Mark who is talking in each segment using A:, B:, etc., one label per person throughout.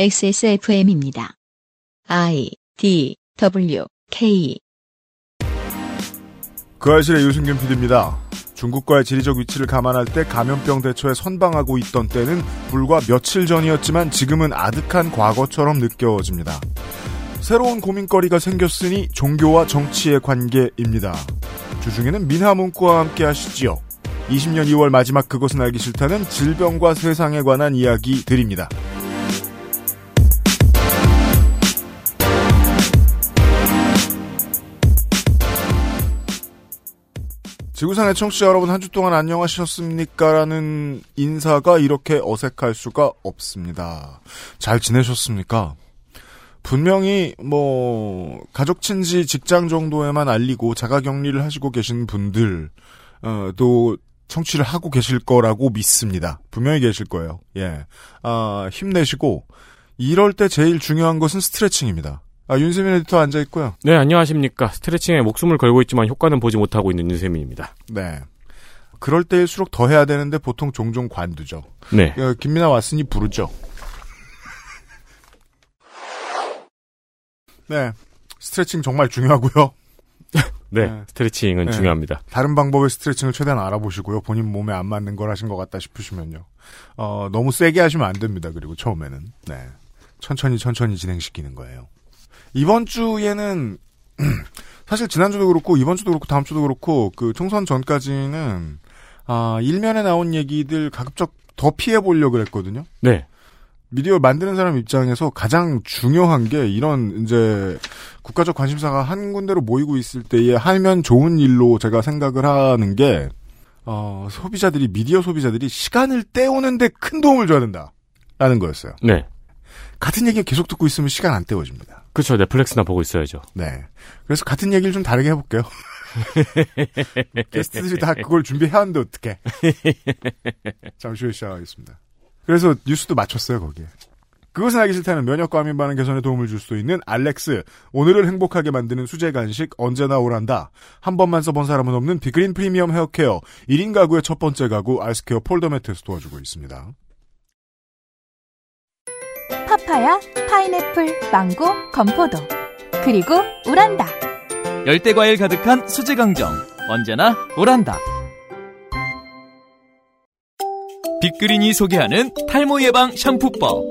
A: XSFM입니다. I D W K
B: 그 아실의 유승균 PD입니다. 중국과의 지리적 위치를 감안할 때 감염병 대처에 선방하고 있던 때는 불과 며칠 전이었지만 지금은 아득한 과거처럼 느껴집니다. 새로운 고민거리가 생겼으니 종교와 정치의 관계입니다. 주중에는 민하문구와 함께 하시지요. 20년 2월 마지막 그것은 알기 싫다는 질병과 세상에 관한 이야기 드립니다. 지구상의 청취자 여러분 한 주 동안 안녕하셨습니까라는 인사가 이렇게 어색할 수가 없습니다. 잘 지내셨습니까? 분명히 뭐 가족 친지 직장 정도에만 알리고 자가격리를 하시고 계신 분들 어, 또 청취를 하고 계실 거라고 믿습니다. 분명히 계실 거예요. 예, 아 힘내시고 이럴 때 제일 중요한 것은 스트레칭입니다. 아 윤세민 에디터 앉아 있고요.
C: 네, 안녕하십니까. 스트레칭에 목숨을 걸고 있지만 효과는 보지 못하고 있는 윤세민입니다.
B: 네. 그럴 때일수록 더 해야 되는데 보통 종종 관두죠.
C: 네.
B: 어, 김민아 왔으니 부르죠. 네. 스트레칭 정말 중요하고요.
C: 네,
B: 네.
C: 스트레칭은
B: 네.
C: 중요합니다.
B: 다른 방법의 스트레칭을 최대한 알아보시고요. 본인 몸에 안 맞는 걸 하신 것 같다 싶으시면요. 어, 너무 세게 하시면 안 됩니다. 그리고 처음에는. 네. 천천히 천천히 진행시키는 거예요. 이번 주에는, 사실 지난주도 그렇고, 이번 주도 그렇고, 다음 주도 그렇고, 그 총선 전까지는, 아, 일면에 나온 얘기들 가급적 더 피해보려고 그랬거든요.
C: 네.
B: 미디어 만드는 사람 입장에서 가장 중요한 게 이런 이제 국가적 관심사가 한 군데로 모이고 있을 때에 하면 좋은 일로 제가 생각을 하는 게 어, 소비자들이 미디어 소비자들이 시간을 때우는데 큰 도움을 줘야 된다라는 거였어요.
C: 네.
B: 같은 얘기 계속 듣고 있으면 시간 안 때워집니다.
C: 그쵸, 넷플릭스나 보고 있어야죠.
B: 네. 그래서 같은 얘기를 좀 다르게 해볼게요. 게스트들이 다 그걸 준비해왔는데 어떡해. 잠시 후에 시작하겠습니다. 그래서 뉴스도 맞췄어요, 거기에. 그것은 알기 싫다는 면역과 민반응 개선에 도움을 줄 수 있는 알렉스. 오늘을 행복하게 만드는 수제 간식 언제나 오란다. 한 번만 써본 사람은 없는 비그린 프리미엄 헤어케어. 1인 가구의 첫 번째 가구 알스케어 폴더 매트에서 도와주고 있습니다.
D: 파파야, 파인애플, 망고, 건포도. 그리고 우란다.
E: 열대 과일 가득한 수제 강정 언제나 오란다. 빅그린이 소개하는 탈모 예방 샴푸법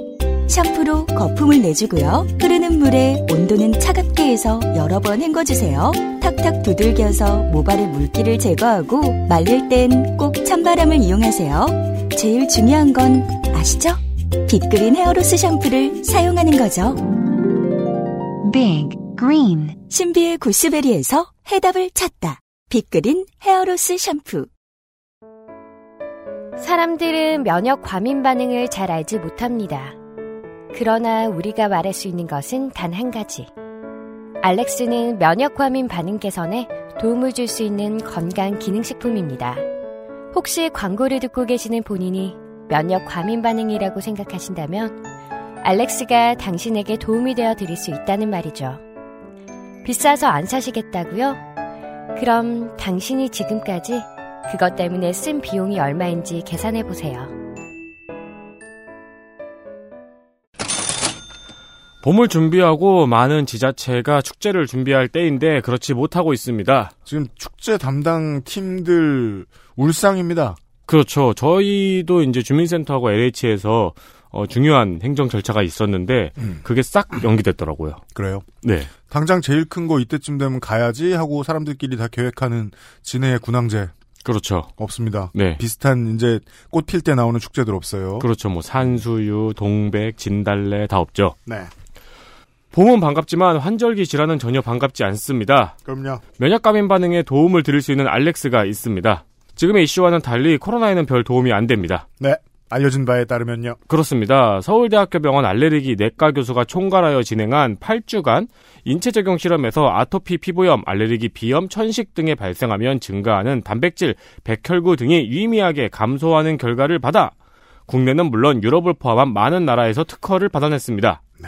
F: 샴푸로 거품을 내주고요. 흐르는 물에 온도는 차갑게 해서 여러 번 헹궈주세요. 탁탁 두들겨서 모발의 물기를 제거하고 말릴 땐 꼭 찬바람을 이용하세요. 제일 중요한 건 아시죠? 빅그린 헤어로스 샴푸를 사용하는 거죠.
A: Big Green
F: 신비의 구스베리에서 해답을 찾다. 빅그린 헤어로스 샴푸.
G: 사람들은 면역 과민 반응을 잘 알지 못합니다. 그러나 우리가 말할 수 있는 것은 단 한 가지. 알렉스는 면역 과민 반응 개선에 도움을 줄 수 있는 건강 기능식품입니다. 혹시 광고를 듣고 계시는 본인이 면역 과민 반응이라고 생각하신다면 알렉스가 당신에게 도움이 되어 드릴 수 있다는 말이죠. 비싸서 안 사시겠다고요? 그럼 당신이 지금까지 그것 때문에 쓴 비용이 얼마인지 계산해 보세요.
C: 봄을 준비하고 많은 지자체가 축제를 준비할 때인데 그렇지 못하고 있습니다.
B: 지금 축제 담당 팀들 울상입니다.
C: 그렇죠. 저희도 이제 주민센터하고 LH에서 어, 중요한 행정 절차가 있었는데
B: 음.
C: 그게 싹 연기됐더라고요.
B: 그래요.
C: 네.
B: 당장 제일 큰 거 이때쯤 되면 가야지 하고 사람들끼리 다 계획하는 진해의 군항제
C: 그렇죠.
B: 없습니다.
C: 네.
B: 비슷한 이제 꽃 필 때 나오는 축제들 없어요.
C: 그렇죠. 뭐 산수유, 동백, 진달래 다 없죠.
B: 네.
C: 봄은 반갑지만 환절기 질환은 전혀 반갑지 않습니다.
B: 그럼요.
C: 면역 감염 반응에 도움을 드릴 수 있는 알렉스가 있습니다. 지금의 이슈와는 달리 코로나에는 별 도움이 안 됩니다.
B: 네. 알려진 바에 따르면요.
C: 그렇습니다. 서울대학교 병원 알레르기 내과 교수가 총괄하여 진행한 8주간 인체 적용 실험에서 아토피 피부염, 알레르기 비염, 천식 등에 발생하면 증가하는 단백질, 백혈구 등이 유의미하게 감소하는 결과를 받아 국내는 물론 유럽을 포함한 많은 나라에서 특허를 받아냈습니다.
B: 네.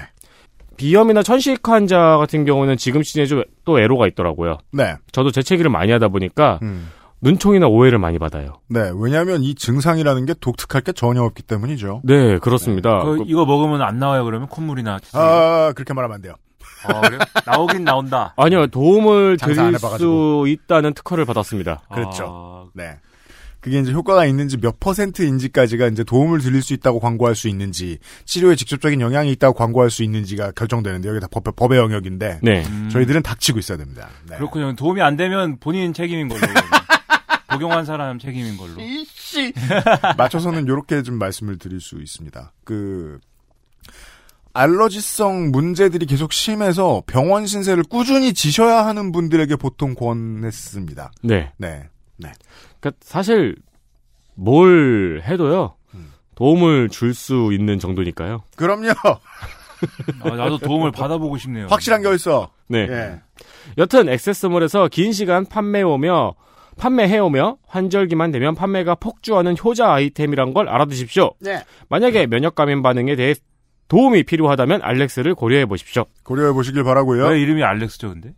C: 비염이나 천식 환자 같은 경우는 지금 시즌에 좀 또 애로가 있더라고요.
B: 네.
C: 저도 재채기를 많이 하다 보니까
B: 음.
C: 눈총이나 오해를 많이 받아요.
B: 네, 왜냐하면 이 증상이라는 게 독특할 게 전혀 없기 때문이죠.
C: 네, 그렇습니다.
H: 그거
C: 그-
H: 이거 먹으면 안 나와요 그러면 콧물이나.
B: 아, 그렇게 말하면 안 돼요.
H: 아, 그래요? 나오긴 나온다.
C: 아니요, 도움을
B: 장사 안
C: 드릴
B: 해봐가지고.
C: 수 있다는 특허를 받았습니다.
B: 그렇죠. 네. 그게 이제 효과가 있는지 몇 퍼센트인지까지가 이제 도움을 드릴 수 있다고 광고할 수 있는지 치료에 직접적인 영향이 있다고 광고할 수 있는지가 결정되는데 여기 다 법, 법의 영역인데
C: 네.
H: 아, 음,
B: 저희들은 닥치고 있어야 됩니다. 네.
H: 그렇군요. 도움이 안 되면 본인 책임인 걸로. 복용한 사람 책임인 걸로.
B: 맞춰서는 이렇게 좀 말씀을 드릴 수 있습니다. 그 알러지성 문제들이 계속 심해서 병원 신세를 꾸준히 지셔야 하는 분들에게 보통 권했습니다.
C: 네.
B: 네.
C: 그러니까 사실 뭘 해도요. 도움을 줄 수 있는 정도니까요.
B: 그럼요.
H: 아, 나도 도움을 받아보고 싶네요.
B: 확실한 게 있어.
C: 네.
B: 예.
C: 여튼 액세스몰에서 긴 시간 판매오며 판매해오며 환절기만 되면 판매가 폭주하는 효자 아이템이란 걸 알아두십시오.
B: 네.
C: 만약에 면역 감염 반응에 대해 도움이 필요하다면 알렉스를 고려해 보십시오.
B: 고려해 보시길 바라고요.
H: 왜 이름이 알렉스죠, 근데?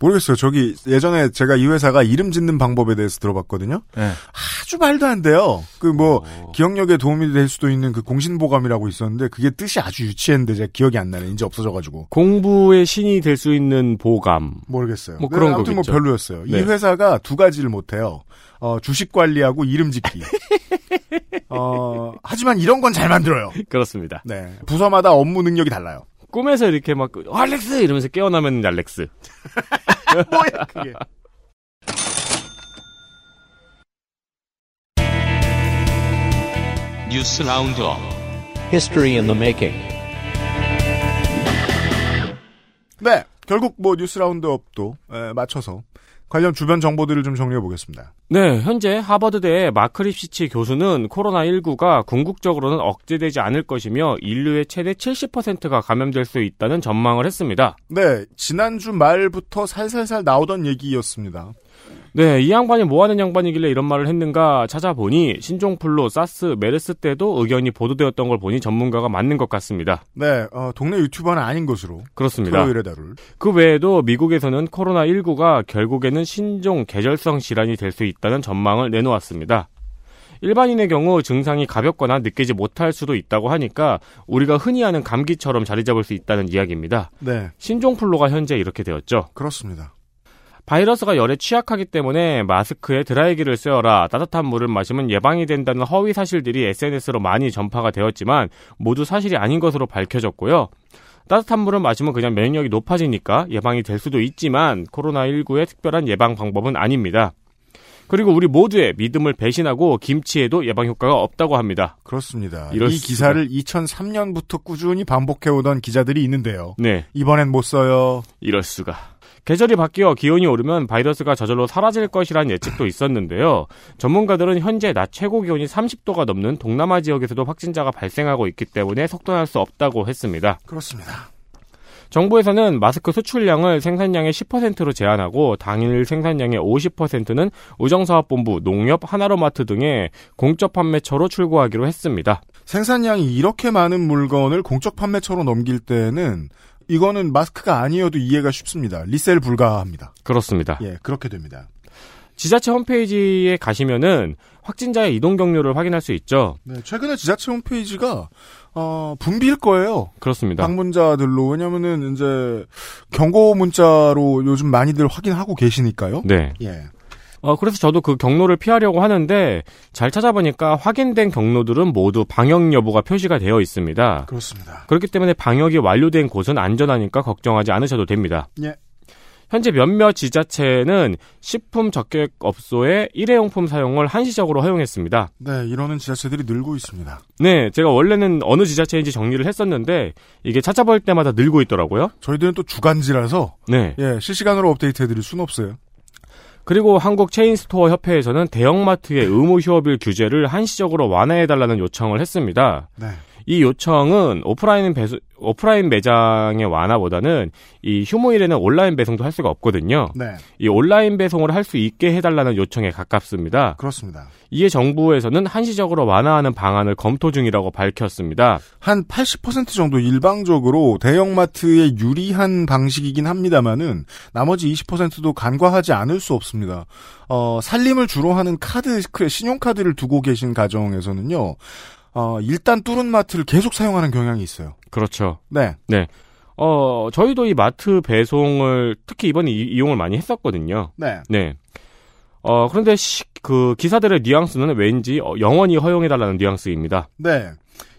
B: 모르겠어요. 저기 예전에 제가 이 회사가 이름 짓는 방법에 대해서 들어봤거든요.
H: 네.
B: 아주 말도 안 돼요. 그 뭐
H: 오.
B: 기억력에 도움이 될 수도 있는 그 공신보감이라고 있었는데 그게 뜻이 아주 유치했는데 제가 기억이 안 나네. 이제 없어져가지고
C: 공부의 신이 될 수 있는 보감.
B: 모르겠어요.
C: 뭐 그런
B: 네, 아무튼 뭐
C: 거겠죠.
B: 별로였어요. 이
C: 네.
B: 회사가 두 가지를 못해요. 어, 주식 관리하고 이름 짓기. 어, 하지만 이런 건 잘 만들어요.
C: 그렇습니다.
B: 네. 부서마다 업무 능력이 달라요.
C: 꿈에서 이렇게 막 그, 알렉스 이러면서 깨어나면 알렉스.
B: 뭐야 그게.
I: 뉴스 라운드업 History in the making
B: 네. 결국 뭐 뉴스 라운드업도 에, 맞춰서 관련 주변 정보들을 좀 정리해 보겠습니다.
C: 네, 현재 하버드대의 마크립시치 교수는 코로나19가 궁극적으로는 억제되지 않을 것이며 인류의 최대 70%가 감염될 수 있다는 전망을 했습니다.
B: 네, 지난주 말부터 살살살 나오던 얘기였습니다.
C: 네, 이 양반이 뭐 하는 양반이길래 이런 말을 했는가 찾아보니 신종플루, 사스, 메르스 때도 의견이 보도되었던 걸 보니 전문가가 맞는 것 같습니다.
B: 네, 어, 동네 유튜버는 아닌 것으로
C: 그렇습니다.
B: 토요일에 다룰.
C: 그 외에도 미국에서는 코로나19가 결국에는 신종 계절성 질환이 될 수 있다는 전망을 내놓았습니다. 일반인의 경우 증상이 가볍거나 느끼지 못할 수도 있다고 하니까 우리가 흔히 하는 감기처럼 자리 잡을 수 있다는 이야기입니다.
B: 네,
C: 신종플루가 현재 이렇게 되었죠.
B: 그렇습니다.
C: 바이러스가 열에 취약하기 때문에 마스크에 드라이기를 쓰여라, 따뜻한 물을 마시면 예방이 된다는 허위 사실들이 SNS로 많이 전파가 되었지만 모두 사실이 아닌 것으로 밝혀졌고요. 따뜻한 물을 마시면 그냥 면역력이 높아지니까 예방이 될 수도 있지만 코로나19의 특별한 예방 방법은 아닙니다. 그리고 우리 모두의 믿음을 배신하고 김치에도 예방 효과가 없다고 합니다.
B: 그렇습니다.
C: 이럴
B: 이
C: 수가.
B: 기사를 2003년부터 꾸준히 반복해오던 기자들이 있는데요.
C: 네,
B: 이번엔 못 써요.
C: 이럴 수가. 계절이 바뀌어 기온이 오르면 바이러스가 저절로 사라질 것이란 예측도 있었는데요. 전문가들은 현재 낮 최고 기온이 30도가 넘는 동남아 지역에서도 확진자가 발생하고 있기 때문에 속도할 수 없다고 했습니다.
B: 그렇습니다.
C: 정부에서는 마스크 수출량을 생산량의 10%로 제한하고 당일 생산량의 50%는 우정사업본부, 농협, 하나로마트 등의 공적 판매처로 출고하기로 했습니다.
B: 생산량이 이렇게 많은 물건을 공적 판매처로 넘길 때는 이거는 마스크가 아니어도 이해가 쉽습니다. 리셀 불가합니다.
C: 그렇습니다.
B: 예, 그렇게 됩니다.
C: 지자체 홈페이지에 가시면은 확진자의 이동 경로를 확인할 수 있죠.
B: 네, 최근에 지자체 홈페이지가 어, 붐빌 거예요.
C: 그렇습니다.
B: 방문자들로 왜냐면은 이제 경고 문자로 요즘 많이들 확인하고 계시니까요.
C: 네.
B: 예.
C: 어, 그래서 저도 그 경로를 피하려고 하는데 잘 찾아보니까 확인된 경로들은 모두 방역 여부가 표시가 되어 있습니다.
B: 그렇습니다.
C: 그렇기 때문에 방역이 완료된 곳은 안전하니까 걱정하지 않으셔도 됩니다.
B: 예.
C: 현재 몇몇 지자체는 식품 적객 업소의 일회용품 사용을 한시적으로 허용했습니다.
B: 네, 이러는 지자체들이 늘고 있습니다.
C: 네, 제가 원래는 어느 지자체인지 정리를 했었는데 이게 찾아볼 때마다 늘고 있더라고요.
B: 저희들은 또 주간지라서
C: 네.
B: 예, 실시간으로 업데이트 해드릴 순 없어요.
C: 그리고 한국 체인스토어 협회에서는 대형마트의 의무 휴업일 규제를 한시적으로 완화해달라는 요청을 했습니다.
B: 네.
C: 이 요청은 오프라인 배수, 오프라인 매장의 완화보다는 이 휴무일에는 온라인 배송도 할 수가 없거든요.
B: 네.
C: 이 온라인 배송을 할 수 있게 해달라는 요청에 가깝습니다.
B: 그렇습니다.
C: 이에 정부에서는 한시적으로 완화하는 방안을 검토 중이라고 밝혔습니다.
B: 한 80% 정도 일방적으로 대형마트에 유리한 방식이긴 합니다만은 나머지 20%도 간과하지 않을 수 없습니다. 어, 살림을 주로 하는 카드, 그 신용카드를 두고 계신 가정에서는요, 어, 일단 뚫은 마트를 계속 사용하는 경향이 있어요.
C: 그렇죠.
B: 네.
C: 어, 저희도 이 마트 배송을 특히 이번에 이- 이용을 많이 했었거든요.
B: 네.
C: 네. 어, 그런데 시- 그 기사들의 뉘앙스는 왠지 어, 영원히 허용해달라는 뉘앙스입니다.
B: 네.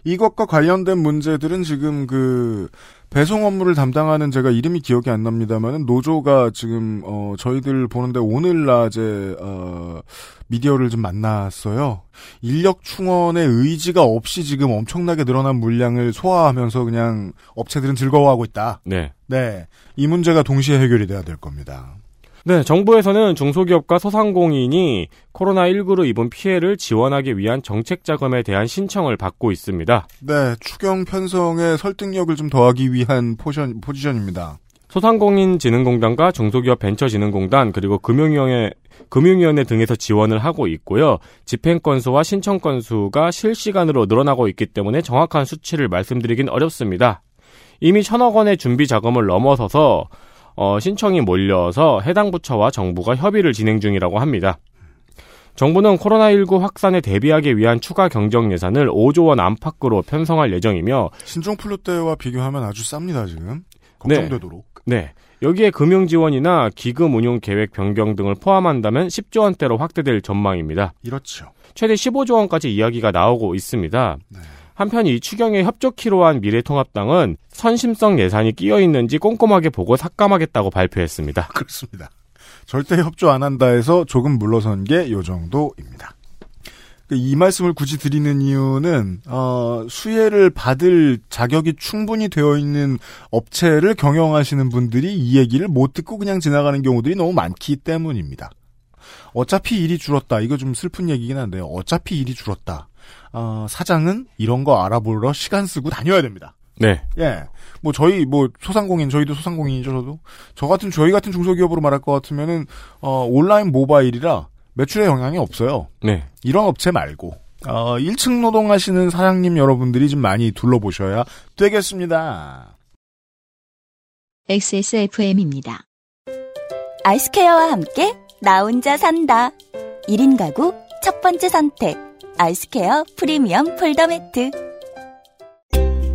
B: 이것과 관련된 문제들은 지금 그 배송 업무를 담당하는 제가 이름이 기억이 안 납니다만 노조가 지금 어 저희들 보는데 오늘 낮에 어 미디어를 좀 만났어요. 인력 충원의 의지가 없이 지금 엄청나게 늘어난 물량을 소화하면서 그냥 업체들은 즐거워하고 있다.
C: 네.
B: 네. 이 문제가 동시에 해결이 돼야 될 겁니다.
C: 네, 정부에서는 중소기업과 소상공인이 코로나19로 입은 피해를 지원하기 위한 정책 자금에 대한 신청을 받고 있습니다.
B: 네, 추경 편성에 설득력을 좀 더하기 위한 포션, 포지션입니다.
C: 소상공인진흥공단과 중소기업벤처진흥공단 그리고 금융위원회 금융위원회 등에서 지원을 하고 있고요. 집행 건수와 신청 건수가 실시간으로 늘어나고 있기 때문에 정확한 수치를 말씀드리긴 어렵습니다. 이미 천억 원의 준비 자금을 넘어서서 어, 신청이 몰려서 해당 부처와 정부가 협의를 진행 중이라고 합니다. 정부는 코로나19 확산에 대비하기 위한 추가 경정 예산을 5조 원 안팎으로 편성할 예정이며
B: 신종플루 때와 비교하면 아주 쌉니다, 지금. 걱정되도록.
C: 네. 여기에 금융 지원이나 기금 운용 계획 변경 등을 포함한다면 10조 원대로 확대될 전망입니다.
B: 이렇죠.
C: 최대 15조 원까지 이야기가 나오고 있습니다. 한편 이 추경에 협조키로 한 미래통합당은 선심성 예산이 끼어 있는지 꼼꼼하게 보고 삭감하겠다고 발표했습니다.
B: 그렇습니다. 절대 협조 안 한다 해서 조금 물러선 게 요 정도입니다. 그이 말씀을 굳이 드리는 이유는 어, 수혜를 받을 자격이 충분히 되어 있는 업체를 경영하시는 분들이 이 얘기를 못 듣고 그냥 지나가는 경우들이 너무 많기 때문입니다. 어차피 일이 줄었다. 이거 좀 슬픈 얘기긴 한데요. 어차피 일이 줄었다. 어, 사장은 이런 거 알아보러 시간 쓰고 다녀야 됩니다.
C: 네.
B: 예. 뭐 저희 뭐 소상공인 저희도 소상공인이죠 저도 저 같은 저희 같은 중소기업으로 말할 것 같으면은 어 온라인 모바일이라 매출에 영향이 없어요.
C: 네.
B: 이런 업체 말고 어 1층 노동하시는 사장님 여러분들이 좀 많이 둘러보셔야 되겠습니다.
A: XSFM입니다.
F: 아이스케어와 함께 나 혼자 산다. 1인 가구 첫 번째 선택. 아이스케어 프리미엄 폴더 매트.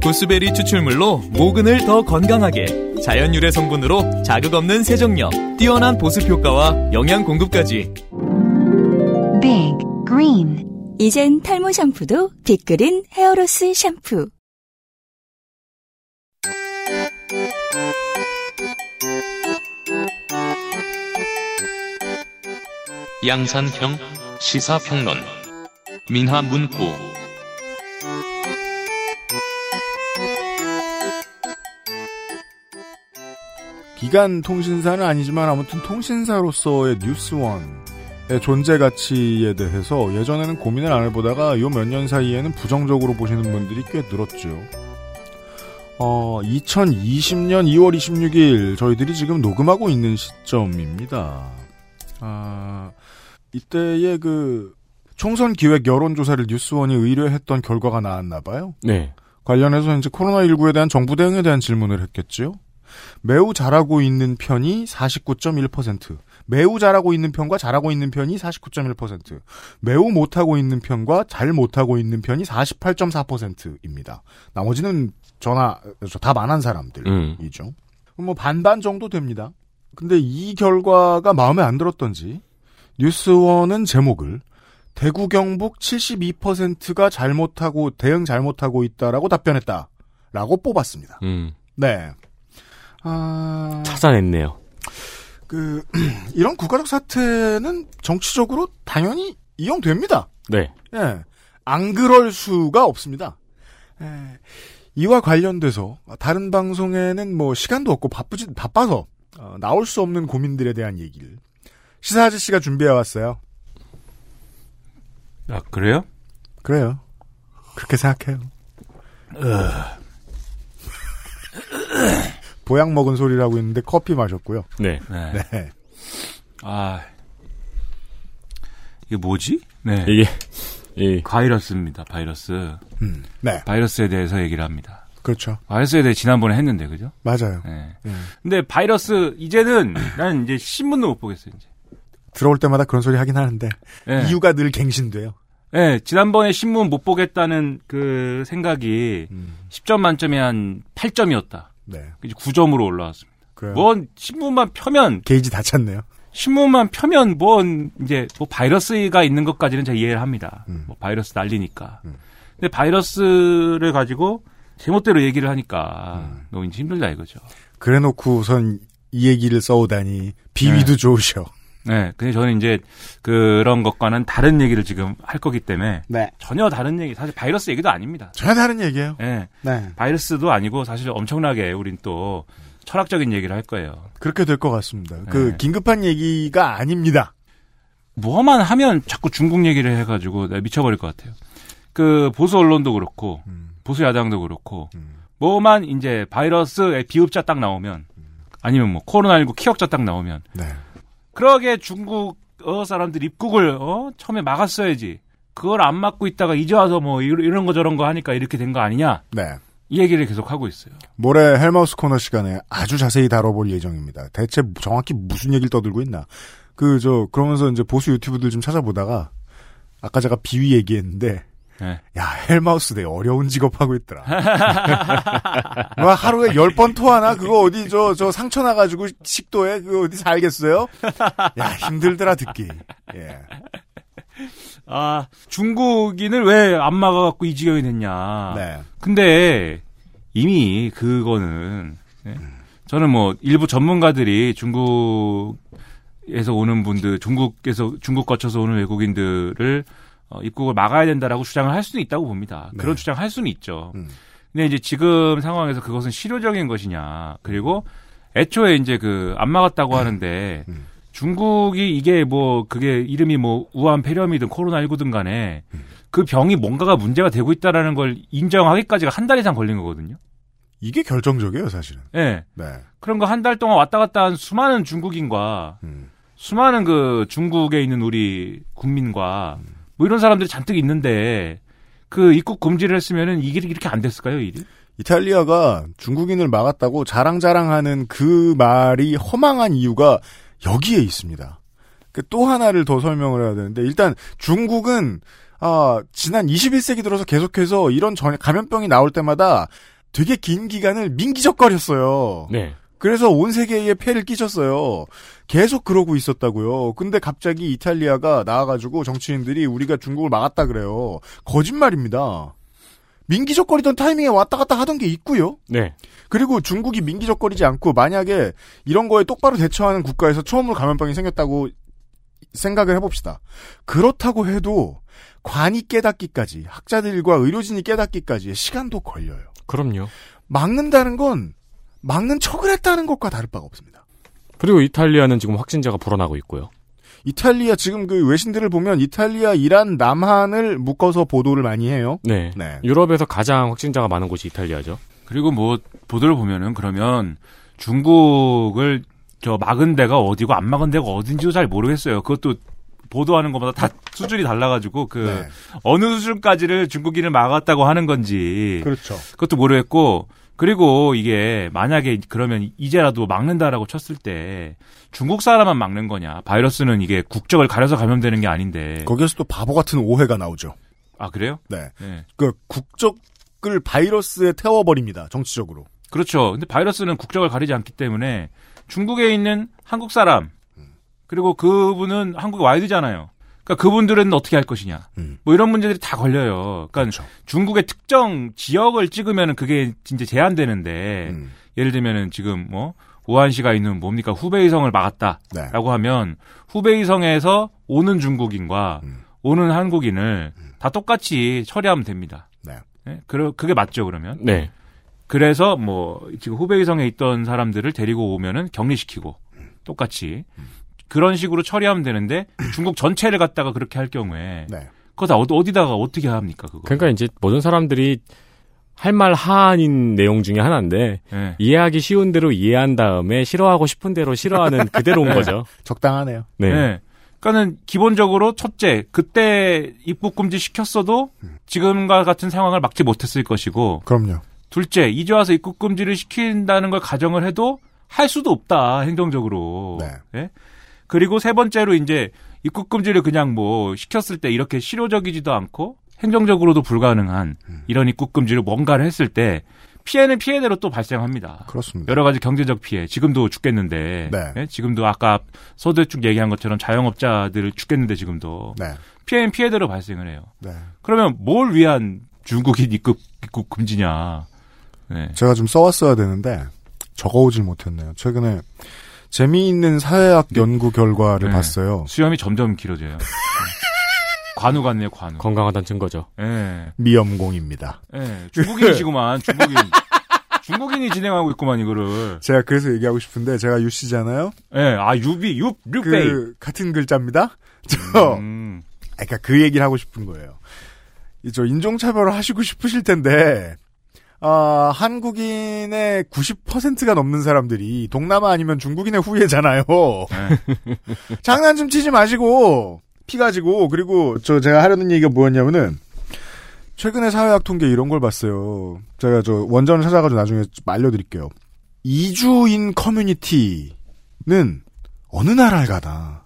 E: 보스베리 추출물로 모근을 더 건강하게 자연 유래 성분으로 자극 없는 세정력 뛰어난 보습 효과와 영양 공급까지
A: Big Green
F: 이젠 탈모 샴푸도 빅그린 헤어로스 샴푸.
I: 양산형 시사평론 민하문구
B: 기간 통신사는 아니지만 아무튼 통신사로서의 뉴스원의 존재 가치에 대해서 예전에는 고민을 안 해보다가 요 몇 년 사이에는 부정적으로 보시는 분들이 꽤 늘었죠. 어, 2020년 2월 26일 저희들이 지금 녹음하고 있는 시점입니다. 아, 이때의 그 총선 기획 여론조사를 뉴스원이 의뢰했던 결과가 나왔나 봐요.
C: 네.
B: 관련해서 이제 코로나19에 대한 정부 대응에 대한 질문을 했겠지요. 매우 잘하고 있는 편이 49.1%, 매우 잘하고 있는 편과 잘하고 있는 편이 49.1%, 매우 못하고 있는 편과 잘 못하고 있는 편이 48.4%입니다. 나머지는 전화 답 안 한
C: 음.
B: 사람들이죠. 뭐 반반 정도 됩니다. 근데 이 결과가 마음에 안 들었던지 뉴스원은 제목을 대구 경북 72%가 잘못하고 대응 잘못하고 있다라고 답변했다라고 뽑았습니다.
C: 음.
B: 네. 아,
C: 찾아냈네요.
B: 그 이런 국가적 사태는 정치적으로 당연히 이용됩니다.
C: 네.
B: 예. 안 그럴 수가 없습니다. 예. 이와 관련돼서 다른 방송에는 뭐 시간도 없고 바쁘지 바빠서 어, 나올 수 없는 고민들에 대한 얘기를 시사 아저씨가 준비해 왔어요.
H: 아, 그래요?
B: 그래요. 그렇게 생각해요. 보약 먹은 소리라고 있는데 커피 마셨고요.
C: 네.
H: 네.
B: 네.
H: 아 이게 뭐지? 네.
C: 이게 이
H: 바이러스입니다. 바이러스.
B: 음, 네.
H: 바이러스에 대해서 얘기를 합니다.
B: 그렇죠.
H: 바이러스에 대해 지난번에 했는데 그죠?
B: 맞아요.
H: 네.
B: 음.
H: 근데 바이러스 이제는 난 이제 신문도 못 보겠어요. 이제.
B: 들어올 때마다 그런 소리 하긴 하는데
H: 네.
B: 이유가 늘 갱신돼요.
H: 네, 지난번에 신문 못 보겠다는 그 생각이
B: 음,
H: 10점 만점에 한 8점이었다.
B: 네.
H: 이제 9점으로 올라왔습니다.
B: 그래요.
H: 뭔 신문만 펴면
B: 게이지 다쳤네요.
H: 신문만 펴면 뭔 이제 뭐 바이러스가 있는 것까지는 제가 이해를 합니다.
B: 음.
H: 뭐 바이러스 난리니까.
B: 음.
H: 근데 바이러스를 가지고 제멋대로 얘기를 하니까
B: 음.
H: 너무 이제 힘들다 이거죠.
B: 그래놓고 우선 이 얘기를 써오다니 비위도 좋으셔.
H: 네, 근데 저는 이제 그런 것과는 다른 얘기를 지금 할 거기 때문에
B: 네.
H: 전혀 다른 얘기, 사실 바이러스 얘기도 아닙니다.
B: 전혀 다른 얘기예요.
H: 네,
B: 네.
H: 바이러스도 아니고 사실 엄청나게 우린 또 철학적인 얘기를 할 거예요.
B: 그렇게 될 것 같습니다. 그
H: 네.
B: 긴급한 얘기가 아닙니다.
H: 뭐만 하면 자꾸 중국 얘기를 해가지고 내가 미쳐버릴 것 같아요. 그 보수 언론도 그렇고
B: 음,
H: 보수 야당도 그렇고
B: 음.
H: 뭐만 이제 바이러스의 비읍자 딱 나오면 아니면 뭐 코로나19 키역자 딱 나오면
B: 네.
H: 그러게 중국 어, 사람들 입국을 어, 처음에 막았어야지. 그걸 안 막고 있다가 이제 와서 뭐 이런, 이런 거 저런 거 하니까 이렇게 된 거 아니냐
B: 네.
H: 이 얘기를 계속 하고 있어요.
B: 모레 헬마우스 코너 시간에 아주 자세히 다뤄볼 예정입니다. 대체 정확히 무슨 얘기를 떠들고 있나. 그, 저, 그러면서 이제 보수 유튜브들 좀 찾아보다가, 아까 제가 비위 얘기했는데,
H: 네.
B: 야, 헬마우스 되게 어려운 직업 하고 있더라. 와, 하루에 열 번 토하나? 그거 어디, 저, 저 상처 나가지고 식도에 그거 어디 살겠어요? 야, 힘들더라, 듣기. 예.
H: 아 중국인을 왜 안 막아갖고 이 지경이 됐냐.
B: 네.
H: 근데 이미 그거는 네. 저는 뭐 일부 전문가들이 중국에서 오는 분들, 중국에서 중국 거쳐서 오는 외국인들을 어, 입국을 막아야 된다라고 주장을 할 수는 있다고 봅니다.
B: 네.
H: 그런 주장할 수는 있죠.
B: 음.
H: 근데 이제 지금 상황에서 그것은 실효적인 것이냐. 그리고 애초에 이제 그 안 막았다고 하는데
B: 음.
H: 중국이 이게 뭐 그게 이름이 뭐 우한 폐렴이든 코로나19든 간에 그 병이 뭔가가 문제가 되고 있다라는 걸 인정하기까지가 한 달 이상 걸린 거거든요.
B: 이게 결정적이에요, 사실은.
H: 예.
B: 네.
H: 그런 거 한 달 동안 왔다 갔다 한 수많은 중국인과
B: 음.
H: 수많은 그 중국에 있는 우리 국민과 뭐 이런 사람들이 잔뜩 있는데 그 입국 금지를 했으면은 이게 이렇게 안 됐을까요, 일이?
B: 이탈리아가 중국인을 막았다고 자랑자랑하는 그 말이 허망한 이유가 여기에 있습니다. 그또 하나를 더 설명을 해야 되는데 일단 중국은 아, 지난 21세기 들어서 계속해서 이런 전- 감염병이 나올 때마다 되게 긴 기간을 민기적거렸어요.
C: 네.
B: 그래서 온 세계에 폐를 끼쳤어요. 계속 그러고 있었다고요. 근데 갑자기 이탈리아가 나와가지고 정치인들이 우리가 중국을 막았다 그래요. 거짓말입니다. 민기적거리던 타이밍에 왔다 갔다 하던 게 있고요.
C: 네.
B: 그리고 중국이 민기적거리지 않고 만약에 이런 거에 똑바로 대처하는 국가에서 처음으로 감염병이 생겼다고 생각을 해봅시다. 그렇다고 해도 관이 깨닫기까지 학자들과 의료진이 깨닫기까지 시간도 걸려요.
C: 그럼요.
B: 막는다는 건 막는 척을 했다는 것과 다를 바가 없습니다.
C: 그리고 이탈리아는 지금 확진자가 불어나고 있고요.
B: 이탈리아 지금 그 외신들을 보면 이탈리아, 이란, 남한을 묶어서 보도를 많이 해요.
C: 네.
B: 네.
C: 유럽에서 가장 확진자가 많은 곳이 이탈리아죠.
H: 그리고 뭐 보도를 보면은 그러면 중국을 저 막은 데가 어디고 안 막은 데가 어딘지도 잘 모르겠어요. 그것도 보도하는 것마다 다 수준이 달라가지고 그
B: 네.
H: 어느 수준까지를 중국인을 막았다고 하는 건지
B: 그렇죠.
H: 그것도 모르겠고 그리고 이게 만약에 그러면 이제라도 막는다라고 쳤을 때 중국 사람만 막는 거냐 바이러스는 이게 국적을 가려서 감염되는 게 아닌데
B: 거기에서 또 바보 같은 오해가 나오죠.
H: 아 그래요?
B: 네.
H: 네
B: 그 국적을 바이러스에 태워버립니다. 정치적으로.
H: 그렇죠. 근데 바이러스는 국적을 가리지 않기 때문에 중국에 있는 한국 사람 그리고 그분은 한국에 와야 되잖아요. 그러니까 그분들은 어떻게 할 것이냐.
B: 음.
H: 뭐 이런 문제들이 다 걸려요. 그러니까 중국의 특정 지역을 찍으면 그게 진짜 제한되는데
B: 음.
H: 예를 들면은 지금 뭐 우한시가 있는 뭡니까 후베이성을 막았다라고
B: 네.
H: 하면 후베이성에서 오는 중국인과
B: 음.
H: 오는 한국인을 다 똑같이 처리하면 됩니다.
B: 네.
H: 예? 그러, 그게 맞죠 그러면?
C: 네.
H: 그래서 뭐 지금 후베이성에 있던 사람들을 데리고 오면은 격리시키고 똑같이 그런 식으로 처리하면 되는데 중국 전체를 갖다가 그렇게 할 경우에
B: 네.
H: 그거 다 어디- 어디다가 어떻게 합니까 그거?
C: 그러니까 이제 모든 사람들이 할 말 하한인 내용 중에 하나인데
H: 예.
C: 이해하기 쉬운 대로 이해한 다음에 싫어하고 싶은 대로 싫어하는 그대로인 거죠.
B: 적당하네요.
C: 네.
H: 예. 그러니까는 기본적으로 첫째 그때 입국금지 시켰어도 지금과 같은 상황을 막지 못했을 것이고
B: 그럼요.
H: 둘째 이제 와서 입국금지를 시킨다는 걸 가정을 해도 할 수도 없다 행정적으로.
B: 네.
H: 예? 그리고 세 번째로 이제 입국금지를 그냥 뭐 시켰을 때 이렇게 실효적이지도 않고 행정적으로도 불가능한 이런 입국금지를 뭔가를 했을 때 피해는 피해대로 또 발생합니다.
B: 그렇습니다.
H: 여러 가지 경제적 피해. 지금도 죽겠는데.
B: 네.
H: 예? 지금도 아까 서두에 쭉 얘기한 것처럼 자영업자들 죽겠는데 지금도.
B: 네.
H: 피해는 피해대로 발생을 해요.
B: 네.
H: 그러면 뭘 위한 중국인 입국, 입국 금지냐. 네.
B: 제가 좀 써왔어야 되는데 적어오질 못했네요. 최근에 재미있는 사회학 연구 결과를
H: 네.
B: 봤어요.
H: 수염이 점점 길어져요. 예. 관우 같네요, 관우.
C: 건강하다는 증거죠.
H: 예.
B: 미염공입니다.
H: 예. 중국인이시구만, 중국인. 중국인이 진행하고 있구만, 이거를.
B: 제가 그래서 얘기하고 싶은데 제가 유 씨잖아요.
H: 예, 아, 유비, 유, 류페이.
B: 그 같은 글자입니다. 저
H: 음,
B: 그러니까 그 얘기를 하고 싶은 거예요. 이저 인종차별을 하시고 싶으실 텐데 아, 한국인의 90%가 넘는 사람들이 동남아 아니면 중국인의 후예잖아요.
H: 네.
B: 장난 좀 치지 마시고 피 가지고 그리고 저 제가 하려는 얘기가 뭐였냐면은 최근에 사회학 통계 이런 걸 봤어요. 제가 저 원전을 찾아가지고 나중에 좀 알려드릴게요. 이주인 커뮤니티는 어느 나라를 가나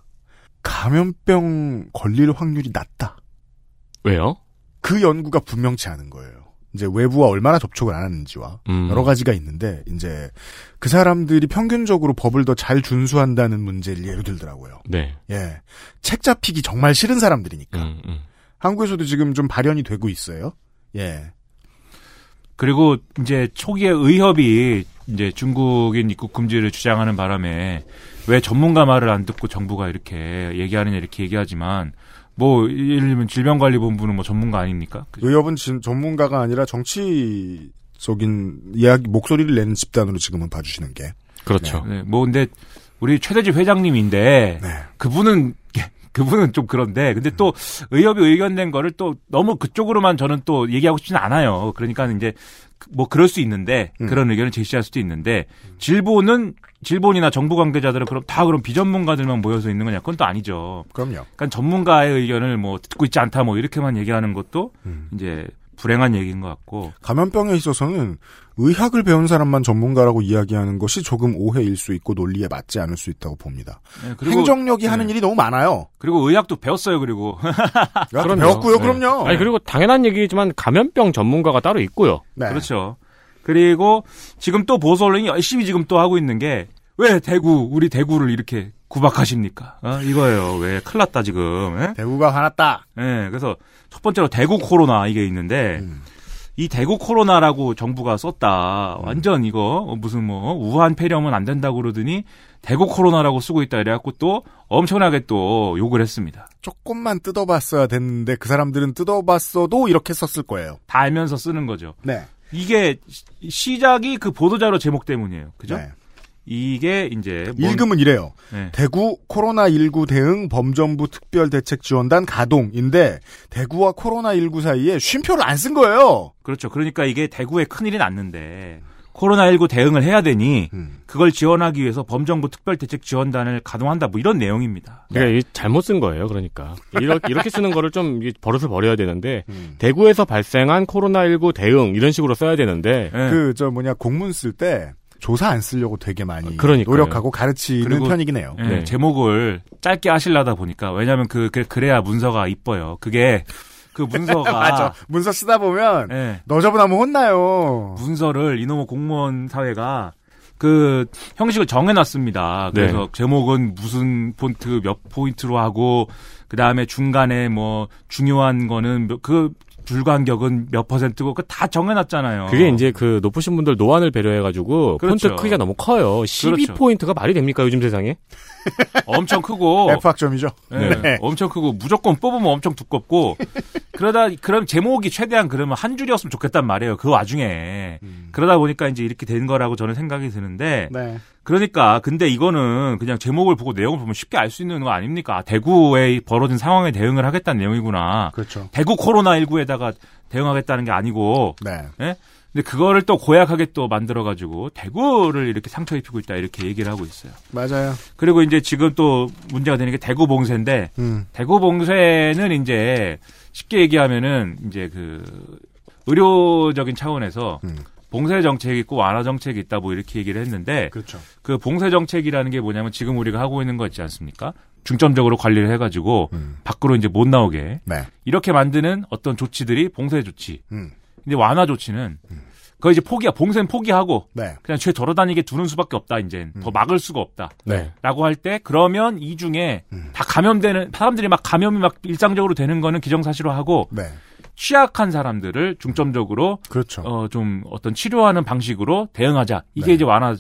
B: 감염병 걸릴 확률이 낮다.
C: 왜요?
B: 그 연구가 분명치 않은 거예요. 이제 외부와 얼마나 접촉을 안 하는지와
C: 음.
B: 여러 가지가 있는데 이제 그 사람들이 평균적으로 법을 더 잘 준수한다는 문제를 예로 들더라고요.
C: 네.
B: 예, 책 잡히기 정말 싫은 사람들이니까
C: 음, 음.
B: 한국에서도 지금 좀 발현이 되고 있어요. 예,
H: 그리고 이제 초기에 의협이 이제 중국인 입국 금지를 주장하는 바람에 왜 전문가 말을 안 듣고 정부가 이렇게 얘기하느냐 이렇게 얘기하지만 뭐 예를 들면 질병관리본부는 뭐 전문가 아닙니까? 그죠?
B: 의협은 진, 전문가가 아니라 정치적인 이야기 목소리를 내는 집단으로 지금은 봐주시는 게
C: 그렇죠.
H: 네, 뭐 근데 우리 최대집 회장님인데
B: 네.
H: 그분은 예, 그분은 좀 그런데 근데 또 의협이 의견된 거를 또 너무 그쪽으로만 저는 또 얘기하고 싶지는 않아요. 그러니까 이제 그- 뭐 그럴 수 있는데
B: 음.
H: 그런 의견을 제시할 수도 있는데 질본은 질본이나 정부 관계자들은 그럼 다 그럼 비전문가들만 모여서 있는 거냐? 그건 또 아니죠.
B: 그럼요.
H: 그러니까 전문가의 의견을 뭐 듣고 있지 않다 뭐 이렇게만 얘기하는 것도
B: 음.
H: 이제 불행한 얘기인 것 같고
B: 감염병에 있어서는 의학을 배운 사람만 전문가라고 이야기하는 것이 조금 오해일 수 있고 논리에 맞지 않을 수 있다고 봅니다.
H: 네,
B: 행정력이
H: 네.
B: 하는 일이 너무 많아요.
H: 그리고 의학도 배웠어요. 그리고
B: 그래갖고
C: 그럼요.
B: 배웠고요,
H: 네.
B: 그럼요.
C: 아니 그리고 당연한 얘기지만 감염병 전문가가 따로 있고요.
B: 네.
H: 그렇죠. 그리고 지금 또 보수 언론이 열심히 지금 또 하고 있는 게 왜 대구 우리 대구를 이렇게 구박하십니까? 어, 이거예요. 왜 큰일 났다 지금. 예?
B: 대구가 화났다.
H: 예, 그래서 첫 번째로 대구 코로나 이게 있는데
B: 음.
H: 이 대구 코로나라고 정부가 썼다. 완전 이거 무슨 뭐 우한 폐렴은 안 된다고 그러더니 대구 코로나라고 쓰고 있다 이래갖고 또 엄청나게 또 욕을 했습니다.
B: 조금만 뜯어봤어야 됐는데 그 사람들은 뜯어봤어도 이렇게 썼을 거예요.
H: 다 알면서 쓰는 거죠.
B: 네.
H: 이게 시- 시작이 그 보도자료 제목 때문이에요. 그죠?
B: 네.
H: 이게 이제 뭔-
B: 읽음은 이래요.
H: 네.
B: 대구 코로나19 대응 범정부 특별대책지원단 가동인데 대구와 코로나19 사이에 쉼표를 안 쓴 거예요.
H: 그렇죠. 그러니까 이게 대구에 큰일이 났는데 코로나19 대응을 해야 되니
B: 음.
H: 그걸 지원하기 위해서 범정부 특별대책 지원단을 가동한다 뭐 이런 내용입니다.
C: 그러니까 이게 잘못 쓴 거예요. 그러니까 이렇게, 이렇게 쓰는 거를 좀 이게 버릇을 버려야 되는데
B: 음.
C: 대구에서 발생한 코로나19 대응 이런 식으로 써야 되는데
H: 예.
B: 그 저 뭐냐 공문 쓸 때 조사 안 쓰려고 되게 많이
C: 그러니까요.
B: 노력하고 가르치는
H: 그리고-
B: 편이긴 해요.
H: 예,
C: 네.
H: 제목을 짧게 하시려다 보니까 왜냐하면 그 그- 그래야 문서가 이뻐요. 그게 그 문서가
B: 맞아. 그렇죠. 문서 쓰다 보면
H: 예,
B: 너 저분하면 혼나요.
H: 문서를 이놈의 공무원 사회가 그 형식을 정해놨습니다. 그래서
C: 네.
H: 제목은 무슨 폰트 몇 포인트로 하고 그 다음에 중간에 뭐 중요한 거는 몇- 그 불간격은 몇 퍼센트고 그 다 정해놨잖아요.
C: 그게 이제 그 높으신 분들 노안을 배려해가지고
H: 어. 그렇죠.
C: 폰트 크기가 너무 커요. 12
H: 그렇죠.
C: 포인트가 말이 됩니까 요즘 세상에?
H: 엄청 크고
B: F학점이죠. 네.
H: 예,
C: 네.
H: 엄청 크고 무조건 뽑으면 엄청 두껍고 그러다 그럼 제목이 최대한 그러면 한 줄이었으면 좋겠단 말이에요. 그 와중에
C: 음.
H: 그러다 보니까 이제 이렇게 된 거라고 저는 생각이 드는데
B: 네.
H: 그러니까 근데 이거는 그냥 제목을 보고 내용을 보면 쉽게 알 수 있는 거 아닙니까? 아, 대구에 벌어진 상황에 대응을 하겠다는 내용이구나.
B: 그렇죠.
H: 대구 코로나 19에다가 대응하겠다는 게 아니고
B: 네.
H: 예? 근데 그거를 또 고약하게 또 만들어가지고 대구를 이렇게 상처 입히고 있다 이렇게 얘기를 하고 있어요.
B: 맞아요.
H: 그리고 이제 지금 또 문제가 되는 게 대구 봉쇄인데
B: 음.
H: 대구 봉쇄는 이제 쉽게 얘기하면은 이제 그 의료적인 차원에서
B: 음.
H: 봉쇄 정책이 있고 완화 정책이 있다 뭐 이렇게 얘기를 했는데
B: 그렇죠.
H: 그 봉쇄 정책이라는 게 뭐냐면 지금 우리가 하고 있는 거 있지 않습니까? 중점적으로 관리를 해가지고
B: 음.
H: 밖으로 이제 못 나오게
B: 네.
H: 이렇게 만드는 어떤 조치들이 봉쇄 조치.
B: 음.
H: 근데 완화 조치는 그거 이제 포기야 봉쇄는 포기하고
B: 네.
H: 그냥 죄 돌아다니게 두는 수밖에 없다. 이제 는더 막을 수가 없다.
C: 네.
H: 라고 할 때 그러면 이 중에 다 감염되는 사람들이 막 감염이 막 일상적으로 되는 거는 기정사실화하고
B: 네.
H: 취약한 사람들을 중점적으로
B: 그렇죠.
H: 어 좀 어떤 치료하는 방식으로 대응하자. 이게
B: 네.
H: 이제 완화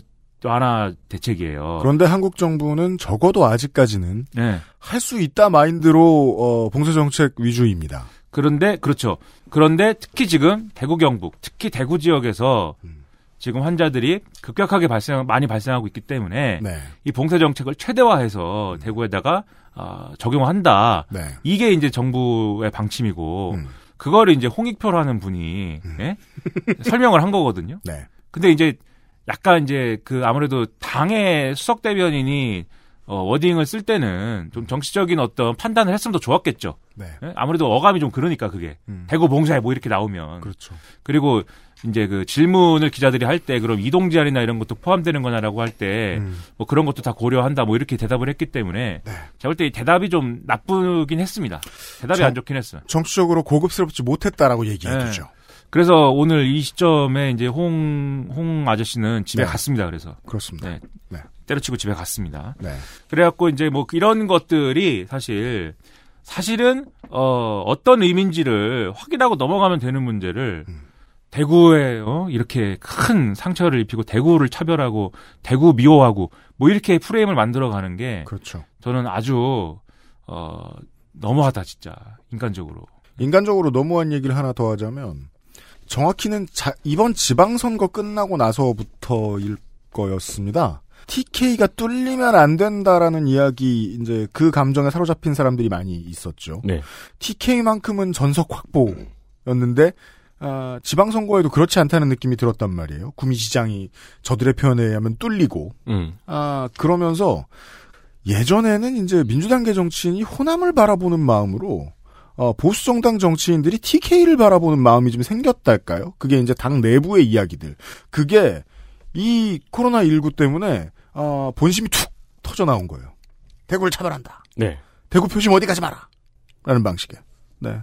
H: 완화 대책이에요.
B: 그런데 한국 정부는 적어도 아직까지는
H: 네.
B: 할 수 있다 마인드로 어, 봉쇄 정책 위주입니다.
H: 그런데 그렇죠. 그런데 특히 지금 대구 경북, 특히 대구 지역에서
B: 음.
H: 지금 환자들이 급격하게 발생 많이 발생하고 있기 때문에
B: 네. 음.
H: 이 봉쇄 정책을 최대화해서 대구에다가 아, 적용한다.
B: 네.
H: 이게 이제 정부의 방침이고
B: 음.
H: 그거를 이제 홍익표라는 분이 예? 설명을 한 거거든요.
B: 네.
H: 근데 이제 약간 이제 그 아무래도 당의 수석 대변인이 어, 워딩을 쓸 때는 좀 정치적인 어떤 판단을 했으면 더 좋았겠죠.
B: 네.
H: 예? 아무래도 어감이 좀 그러니까 그게
B: 음.
H: 대구 봉쇄 뭐 이렇게 나오면
B: 그렇죠.
H: 그리고 이제 그 질문을 기자들이 할 때 그럼 이동 제한이나 이런 것도 포함되는 거냐라고 할 때 뭐
B: 음. 네.
H: 그런 것도 다 고려한다 뭐 이렇게 대답을 했기 때문에 제가 볼 때 이 대답이 좀 나쁘긴 했습니다. 대답이
B: 참.
H: 안 좋긴 했어요.
B: 정치적으로 고급스럽지 못했다라고 얘기해
H: 네.
B: 주죠.
H: 그래서 오늘 이 시점에 이제 홍, 홍 아저씨는 집에
B: 네.
H: 갔습니다. 그래서
B: 그렇습니다.
H: 네.
B: 네.
H: 때려치고 집에 갔습니다.
B: 네.
H: 그래갖고 이제 뭐 이런 것들이 사실 사실은 어 어떤 의미인지를 확인하고 넘어가면 되는 문제를 대구에 어 이렇게 큰 상처를 입히고 대구를 차별하고 대구 미워하고 뭐 이렇게 프레임을 만들어가는 게
B: 그렇죠.
H: 저는 아주 어 너무하다 진짜 인간적으로
B: 인간적으로 너무한 얘기를 하나 더 하자면 정확히는 자- 이번 지방선거 끝나고 나서부터일 거였습니다. TK가 뚫리면 안 된다라는 이야기 이제 그 감정에 사로잡힌 사람들이 많이 있었죠.
C: 네.
B: TK만큼은 전석 확보였는데 아, 지방선거에도 그렇지 않다는 느낌이 들었단 말이에요. 구미시장이 저들의 표현에 의하면 뚫리고
C: 음.
B: 아, 그러면서 예전에는 이제 민주당계 정치인이 호남을 바라보는 마음으로 어, 보수정당 정치인들이 TK를 바라보는 마음이 좀 생겼달까요? 그게 이제 당 내부의 이야기들. 그게 이 코로나19 때문에 어, 본심이 툭 터져 나온 거예요. 대구를 차별한다.
C: 네.
B: 대구 표심 어디 가지 마라. 라는 방식의. 네.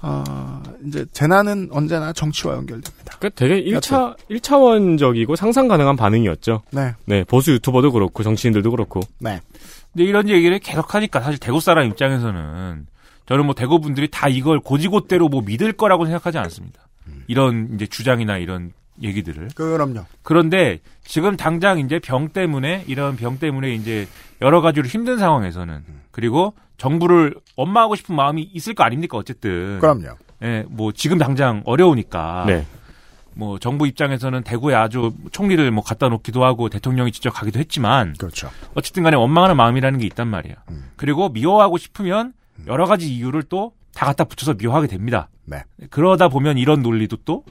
B: 아, 이제 재난은 언제나 정치와 연결됩니다.
C: 그 되게
H: 그렇죠.
C: 1차, 1차원적이고 상상 가능한 반응이었죠.
B: 네.
C: 네. 보수 유튜버도 그렇고, 정치인들도 그렇고.
B: 네.
H: 근데 이런 얘기를 계속 하니까 사실 대구 사람 입장에서는 저는 뭐 대구 분들이 다 이걸 고지고대로 뭐 믿을 거라고 생각하지 않습니다. 이런 이제 주장이나 이런 얘기들을.
B: 그럼요.
H: 그런데 지금 당장 이제 병 때문에 이런 병 때문에 이제 여러 가지로 힘든 상황에서는 그리고 정부를 엄마하고 싶은 마음이 있을 거 아닙니까 어쨌든.
B: 그럼요.
H: 예, 뭐 지금 당장 어려우니까.
C: 네.
H: 뭐 정부 입장에서는 대구에 아주 총리를 뭐 갖다 놓기도 하고 대통령이 직접 가기도 했지만
B: 그렇죠.
H: 어쨌든 간에 원망하는 마음이라는 게 있단 말이에요.
B: 음.
H: 그리고 미워하고 싶으면 여러 가지 이유를 또 다 갖다 붙여서 미워하게 됩니다.
B: 네.
H: 그러다 보면 이런 논리도 또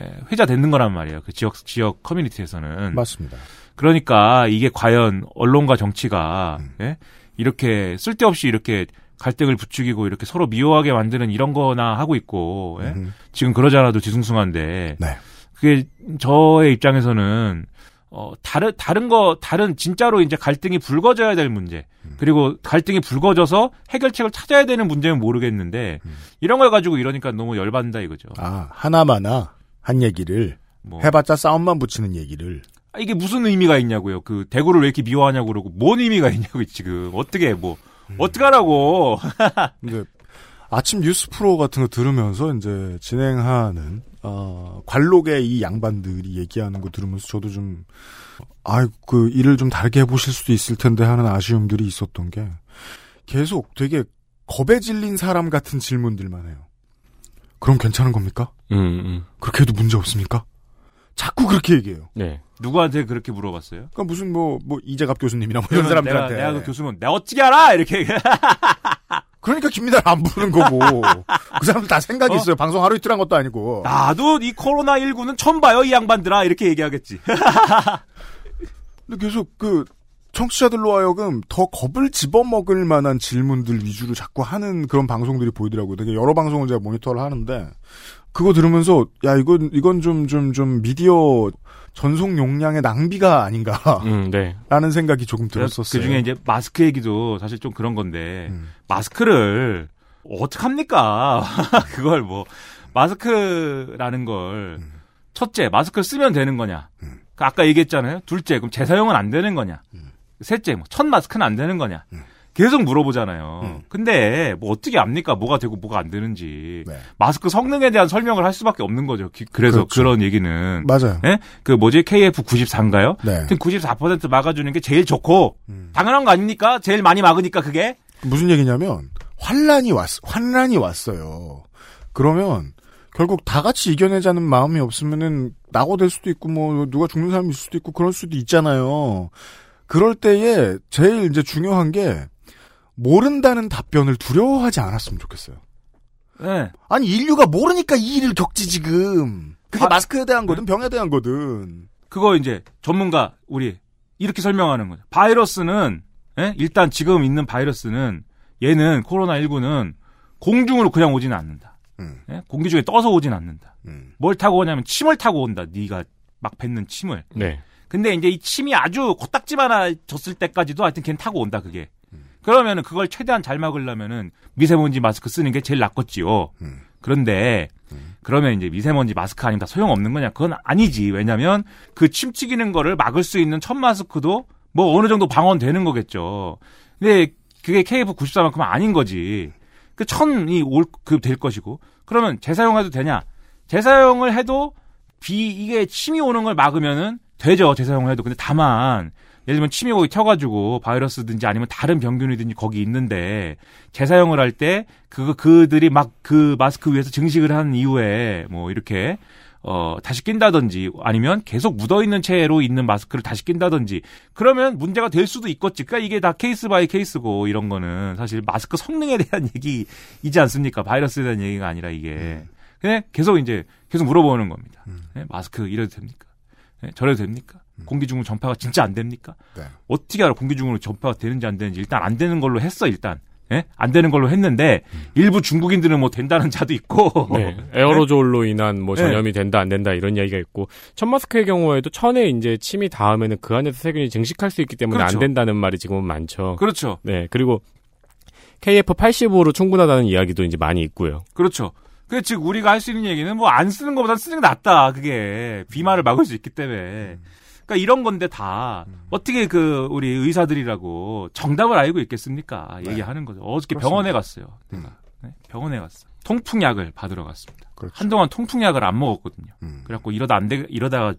H: 에, 회자되는 거란 말이에요. 그 지역 지역 커뮤니티에서는
B: 맞습니다.
H: 그러니까 이게 과연 언론과 정치가
B: 음.
H: 예? 이렇게 쓸데없이 이렇게 갈등을 부추기고 이렇게 서로 미워하게 만드는 이런 거나 하고 있고 예?
B: 음.
H: 지금 그러지 않아도 뒤숭숭한데
B: 네.
H: 그게 저의 입장에서는 어 다른 다른 거 다른 진짜로 이제 갈등이 불거져야 될 문제
B: 음.
H: 그리고 갈등이 불거져서 해결책을 찾아야 되는 문제는 모르겠는데
B: 음.
H: 이런 걸 가지고 이러니까 너무 열받는다 이거죠.
B: 아, 하나마나 한 얘기를
H: 뭐
B: 해봤자 싸움만 붙이는 얘기를.
H: 아, 이게 무슨 의미가 있냐고요. 그 대구를 왜 이렇게 미워하냐고 그러고 뭔 의미가 있냐고 지금 어떻게 해, 뭐
B: 음.
H: 어떻게 하라고
B: 근데 아침 뉴스 프로 같은 거 들으면서 이제 진행하는 어, 관록의 이 양반들이 얘기하는 거 들으면서 저도 좀 아이 그 일을 좀 다르게 해보실 수도 있을 텐데 하는 아쉬움들이 있었던 게 계속 되게 겁에 질린 사람 같은 질문들만 해요. 그럼 괜찮은 겁니까?
C: 음, 음.
B: 그렇게 해도 문제 없습니까? 자꾸 그렇게 얘기해요.
C: 네.
H: 누구한테 그렇게 물어봤어요?
B: 그러니까 무슨 뭐 뭐 이재갑 교수님이나 뭐 이런
H: 그러면
B: 사람들한테
H: 내가, 내가 그 교수면 내가 어떻게 알아 이렇게
B: 그러니까 김미달 안 부르는 거고. 그 사람들 다 생각이
J: 어?
B: 있어요. 방송 하루 이틀 한 것도 아니고.
J: 나도 이 코로나19는 처음 봐요, 이 양반들아. 이렇게 얘기하겠지.
B: 근데 계속 그 청취자들로 하여금 더 겁을 집어먹을 만한 질문들 위주로 자꾸 하는 그런 방송들이 보이더라고요. 되게 여러 방송을 제가 모니터를 하는데 그거 들으면서 야 이건 이건 좀 좀 좀 미디어 전송 용량의 낭비가 아닌가라는
C: 음, 네.
B: 생각이 조금
H: 그
B: 들었었어요.
H: 중에 이제 마스크 얘기도 사실 좀 그런 건데
B: 음.
H: 마스크를 어떡합니까? 그걸 뭐 마스크라는 걸
B: 음.
H: 첫째 마스크 쓰면 되는 거냐? 그 아까 얘기했잖아요. 둘째 그럼 재사용은 안 되는 거냐?
B: 음.
H: 셋째 뭐 첫 마스크는 안 되는 거냐? 계속 물어보잖아요.
B: 음.
H: 근데 뭐 어떻게 압니까? 뭐가 되고 뭐가 안 되는지
B: 네.
H: 마스크 성능에 대한 설명을 할 수밖에 없는 거죠. 기- 그래서
B: 그렇죠.
H: 그런 얘기는
B: 맞아요.
H: 예? 그 뭐지 KF94인가요?
B: 네.
H: 하여튼 94% 막아주는 게 제일 좋고 당연한 거 아닙니까? 제일 많이 막으니까 그게
B: 무슨 얘기냐면 환란이 왔 환란이 왔어요. 그러면 결국 다 같이 이겨내자는 마음이 없으면은 낙오될 수도 있고 뭐 누가 죽는 사람이 있을 수도 있고 그럴 수도 있잖아요. 그럴 때에 제일 이제 중요한 게 모른다는 답변을 두려워하지 않았으면 좋겠어요.
H: 예.
B: 아니 인류가 모르니까 이 일을 겪지 지금. 그게
H: 아,
B: 마스크에 대한 거든 병에 대한 거든.
H: 그거 이제 전문가 우리 이렇게 설명하는 거죠. 바이러스는 예? 일단 지금 있는 바이러스는 얘는 코로나 19는 공중으로 그냥 오지는 않는다.
B: 음.
H: 예? 공기 중에 떠서 오진 않는다.
B: 음.
H: 뭘 타고 오냐면 침을 타고 온다. 네가 막 뱉는 침을.
C: 네.
H: 근데 이제 이 침이 아주 코딱지만해졌을 때까지도 하여튼 걔는 타고 온다 그게. 그러면은 그걸 최대한 잘 막으려면은 미세먼지 마스크 쓰는 게 제일 낫겠지요.
B: 음.
H: 그런데 그러면 이제 미세먼지 마스크 아니면 다 소용없는 거냐? 그건 아니지. 왜냐면 그 침 튀기는 거를 막을 수 있는 첫 마스크도 뭐 어느 정도 방언되는 거겠죠. 근데 그게 KF94만큼은 아닌 거지. 그 천이 올 그 될 것이고. 그러면 재사용해도 되냐? 재사용을 해도 비 이게 침이 오는 걸 막으면은 되죠 재사용을 해도 근데 다만 예를 들면 침이 거기 튀어가지고 바이러스든지 아니면 다른 병균이든지 거기 있는데 재사용을 할 때 그거 그들이 막 그 마스크 위에서 증식을 한 이후에 뭐 이렇게 어 다시 낀다든지 아니면 계속 묻어 있는 채로 있는 마스크를 다시 낀다든지 그러면 문제가 될 수도 있겠지. 그러니까 이게 다 케이스 바이 케이스고 이런 거는 사실 마스크 성능에 대한 얘기이지 않습니까? 바이러스에 대한 얘기가 아니라 이게 그냥 계속 이제 계속 물어보는 겁니다. 예, 마스크 이래도 됩니까? 예, 저래도 됩니까? 공기 중으로 전파가 진짜 안 됩니까?
B: 네.
H: 어떻게 알아? 공기 중으로 전파가 되는지 안 되는지 일단 안 되는 걸로 했어 일단. 예? 안 되는 걸로 했는데
B: 음.
H: 일부 중국인들은 뭐 된다는 자도 있고.
C: 네. 에어로졸로 인한 뭐
H: 어. 네.
C: 전염이 된다 안 된다 이런 이야기가 있고 첫 마스크의 경우에도 천에 이제 침이 닿으면은 그 안에서 세균이 증식할 수 있기 때문에
H: 그렇죠.
C: 안 된다는 말이 지금은 많죠.
H: 그렇죠.
C: 네. 그리고 KF85로 충분하다는 이야기도 이제 많이 있고요.
H: 그렇죠. 그, 즉, 우리가 할 수 있는 얘기는 뭐 안 쓰는 것보다 쓰는 게 낫다.
B: 음.
H: 그게. 비말을 막을 수 있기 때문에. 그러니까 이런 건데 다
B: 음.
H: 어떻게 그 우리 의사들이라고 정답을 알고 있겠습니까? 얘기하는 거죠. 어저께
B: 네. 그렇습니다.
H: 병원에 갔어요.
B: 음.
H: 네, 병원에 갔어. 통풍약을 받으러 갔습니다.
B: 그렇죠.
H: 한동안 통풍약을 안 먹었거든요.
B: 음.
H: 그래갖고 이러다 안 되, 이러다가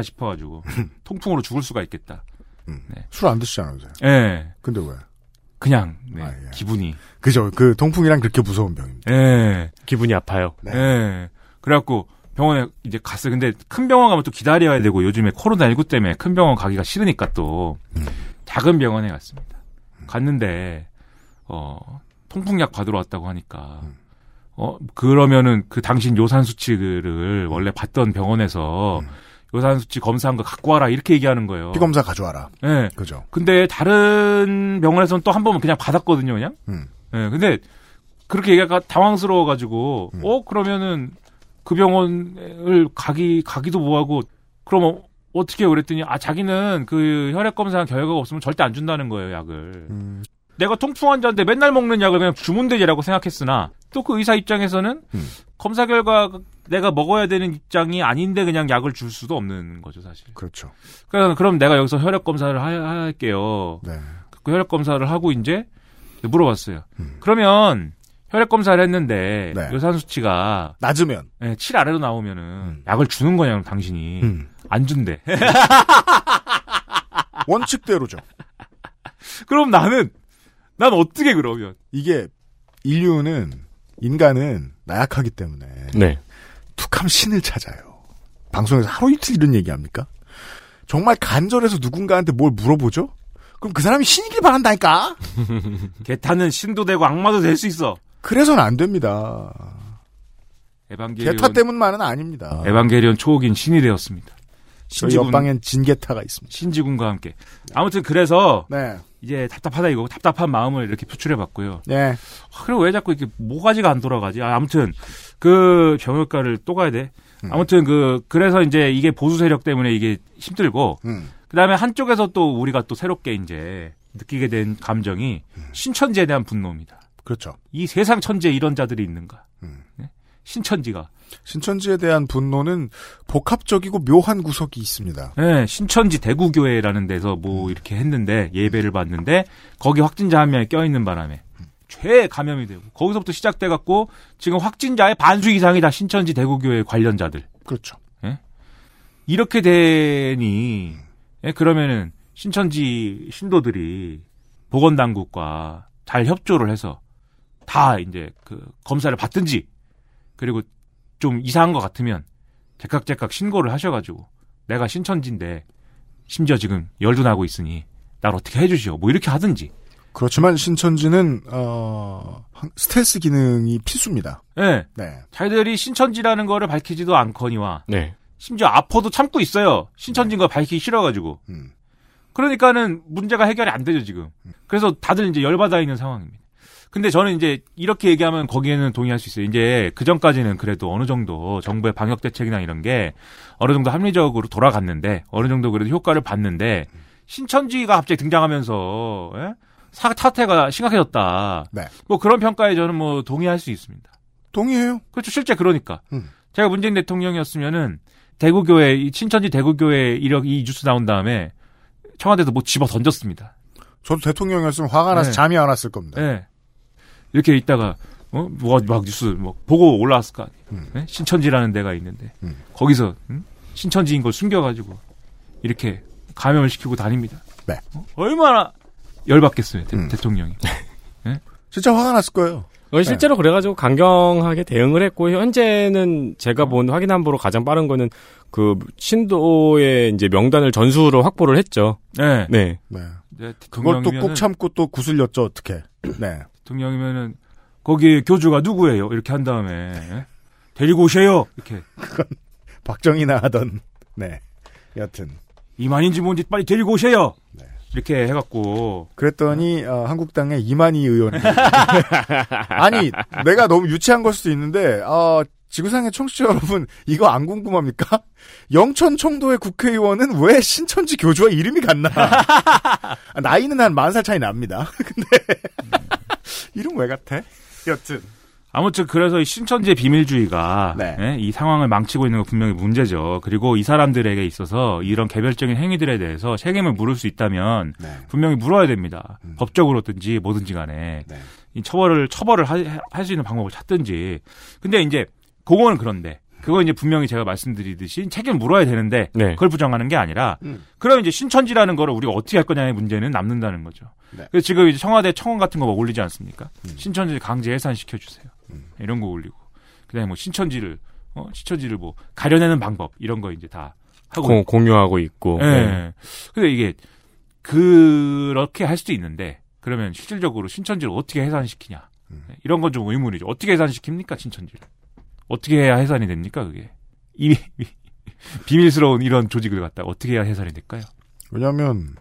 H: 싶어가지고 통풍으로 죽을 수가 있겠다.
B: 술안 드시잖아요. 요새.
H: 예.
B: 근데 왜?
H: 그냥 네,
B: 아, 예.
H: 기분이.
B: 그죠. 그 동풍이랑 그렇게 무서운 병입니다.
H: 예.
C: 기분이 아파요.
B: 네.
H: 예. 그래갖고 병원에 이제 갔어요. 근데 큰 병원 가면 또 기다려야 되고 요즘에 코로나19 때문에 큰 병원 가기가 싫으니까 또
B: 음.
H: 작은 병원에 갔습니다. 갔는데 어 통풍약 받으러 왔다고 하니까
B: 음.
H: 어 그러면은 그 당신 요산 수치를 원래 받던 병원에서 요산 수치 검사한 거 갖고 와라 이렇게 얘기하는 거예요.
B: 음. 피 검사 가져와라.
H: 예.
B: 그죠.
H: 근데 다른 병원에서는 또 한 번은 그냥 받았거든요, 그냥.
B: 음.
H: 예, 근데 그렇게 얘기가 당황스러워가지고,
B: 음.
H: 어 그러면은 그 병원을 가기 가기도 뭐하고, 그럼 어, 어떻게 해요? 그랬더니 아 자기는 그 혈액 검사 결과가 없으면 절대 안 준다는 거예요, 약을.
B: 음.
H: 내가 통풍 환자인데 맨날 먹는 약을 그냥 주문대제라고 생각했으나 또 그 의사 입장에서는
B: 음.
H: 검사 결과 내가 먹어야 되는 입장이 아닌데 그냥 약을 줄 수도 없는 거죠, 사실.
B: 그렇죠.
H: 그럼 그럼 내가 여기서 혈액 검사를 하- 할게요.
B: 네.
H: 그 혈액 검사를 하고 이제 물어봤어요.
B: 음.
H: 그러면 혈액 검사를 했는데
B: 네.
H: 요산 수치가
B: 낮으면.
H: 예, 7 아래로 나오면은
B: 음.
H: 약을 주는 거냐 그럼 당신이
B: 음.
H: 안 준대.
B: 원칙대로죠.
H: 그럼 나는 난 어떻게 그러면?
B: 이게 인류는 인간은 나약하기 때문에
C: 네.
B: 툭하면 신을 찾아요. 방송에서 하루 이틀 이런 얘기합니까? 정말 간절해서 누군가한테 뭘 물어보죠? 그럼 그 사람이 신이길 바란다니까.
H: 개탄은 신도 되고 악마도 될 수 있어.
B: 그래서는 안 됩니다.
H: 에반게리온
B: 개타 때문만은 아닙니다.
H: 예, 에반게리온 초호긴 신이 되었습니다.
B: 저희 옆방엔 진개타가 있습니다.
H: 신지군과 함께. 아무튼 그래서
B: 네.
H: 이제 답답하다 이거 답답한 마음을 이렇게 표출해봤고요.
B: 네.
H: 아, 그리고 왜 자꾸 이렇게 모가지가 안 돌아가지? 아, 아무튼 그 병역가를 또 가야 돼. 아무튼 그 그래서 이제 이게 보수 세력 때문에 이게 힘들고
B: 음.
H: 그다음에 한쪽에서 또 우리가 또 새롭게 이제 느끼게 된 감정이 신천지에 대한 분노입니다.
B: 그렇죠.
H: 이 세상 천지에 이런 자들이 있는가? 네? 신천지가
B: 신천지에 대한 분노는 복합적이고 묘한 구석이 있습니다. 음.
H: 네, 신천지 대구교회라는 데서 뭐 이렇게 했는데 예배를 봤는데 거기 확진자 한 명이 껴있는 바람에 죄에 감염이 되고 거기서부터 시작돼 갖고 지금 확진자의 반수 이상이 다 신천지 대구교회 관련자들
B: 그렇죠.
H: 이렇게 되니 예, 그러면은 신천지 신도들이 보건당국과 잘 협조를 해서 다 이제 그 검사를 받든지 그리고 좀 이상한 것 같으면 제깍제깍 신고를 하셔가지고 내가 신천지인데 심지어 지금 열도 나고 있으니 날 어떻게 해주시오 뭐 이렇게 하든지
B: 그렇지만 신천지는 어, 한- 스텔스 기능이 필수입니다.
H: 예
B: 네.
H: 자기들이 신천지라는 거를 밝히지도 않거니와
C: 네.
H: 심지어 아퍼도 참고 있어요. 신천지인 걸 밝히기 싫어가지고.
B: 음.
H: 그러니까는 문제가 해결이 안 되죠, 지금. 그래서 다들 이제 열받아 있는 상황입니다. 근데 저는 이제 이렇게 얘기하면 거기에는 동의할 수 있어요. 이제 그전까지는 그래도 어느 정도 정부의 방역 대책이나 이런 게 어느 정도 합리적으로 돌아갔는데 어느 정도 그래도 효과를 봤는데 신천지가 갑자기 등장하면서 예? 사, 사태가 심각해졌다.
B: 네.
H: 뭐 그런 평가에 저는 뭐 동의할 수 있습니다.
B: 동의해요.
H: 그렇죠. 실제 그러니까.
B: 음.
H: 제가 문재인 대통령이었으면은 대구교회, 이 신천지 대구교회 이력 이 뉴스 나온 다음에 청와대도 뭐 집어 던졌습니다.
B: 저도 대통령이었으면 화가 나서
H: 네.
B: 잠이 안 왔을 겁니다.
H: 예. 이렇게 있다가, 어? 뭐, 막 뉴스 뭐 보고 올라왔을 거 아니에요. 예? 신천지라는 데가 있는데,
B: 음.
H: 거기서, 음? 신천지인 걸 숨겨가지고, 이렇게 감염을 시키고 다닙니다.
B: 네.
H: 어? 얼마나 열받겠어요, 대,
B: 음.
H: 통령이
B: 진짜 화가 났을 거예요.
C: 어, 실제로 그래가지고 강경하게 대응을 했고 현재는 제가 본 확인한 바로 가장 빠른 거는 그 신도의 이제 명단을 전수로 확보를 했죠.
H: 네.
C: 네.
B: 네.
H: 이제
B: 그걸 또 꼭
H: 대통령이면은-
B: 참고 또 구슬렸죠, 어떻게. 네.
H: 대통령이면은 거기 교주가 누구예요? 이렇게 한 다음에 예? 데리고 오세요. 이렇게
B: 박정희나 하던. 네. 여튼.
H: 이만인지 뭔지 빨리 데리고 오세요. 이렇게 해갖고
B: 그랬더니 어, 한국당의 이만희 의원이 아니 내가 너무 유치한 걸 수도 있는데 어, 지구상의 청취자 여러분 이거 안 궁금합니까? 영천 청도의 국회의원은 왜 신천지 교주와 이름이 같나? 아, 나이는 한 만 살 차이 납니다. 근데 이름 왜 같아? 여튼
H: 아무튼 그래서 이 신천지의 비밀주의가
B: 네.
H: 예? 이 상황을 망치고 있는 건 분명히 문제죠. 그리고 이 사람들에게 있어서 이런 개별적인 행위들에 대해서 책임을 물을 수 있다면
B: 네.
H: 분명히 물어야 됩니다. 법적으로든지 뭐든지 간에
B: 음. 네.
H: 이 처벌을 처벌을 할 수 있는 방법을 찾든지. 근데 이제 그거는 그런데 그거 이제 분명히 제가 말씀드리듯이 책임 물어야 되는데
C: 네.
H: 그걸 부정하는 게 아니라
B: 음.
H: 그럼 이제 신천지라는 거를 우리가 어떻게 할 거냐의 문제는 남는다는 거죠.
B: 네. 음.
H: 그래서 지금 이제 청와대 청원 같은 거 막 올리지 않습니까? 신천지 강제 해산시켜 주세요. 이런 거 올리고 그다음에 뭐 신천지를 어, 신천지를 뭐 가려내는 방법 이런 거 이제 다 하고
C: 공, 공유하고 있고.
H: 예. 근데 이게 그렇게 할 수도 있는데 그러면 실질적으로 신천지를 어떻게 해산시키냐 네, 이런 건 좀 의문이죠. 어떻게 해산시킵니까 신천지를? 어떻게 해야 해산이 됩니까 그게? 이 비밀스러운 이런 조직을 갖다 어떻게 해야 해산이 될까요?
B: 왜냐하면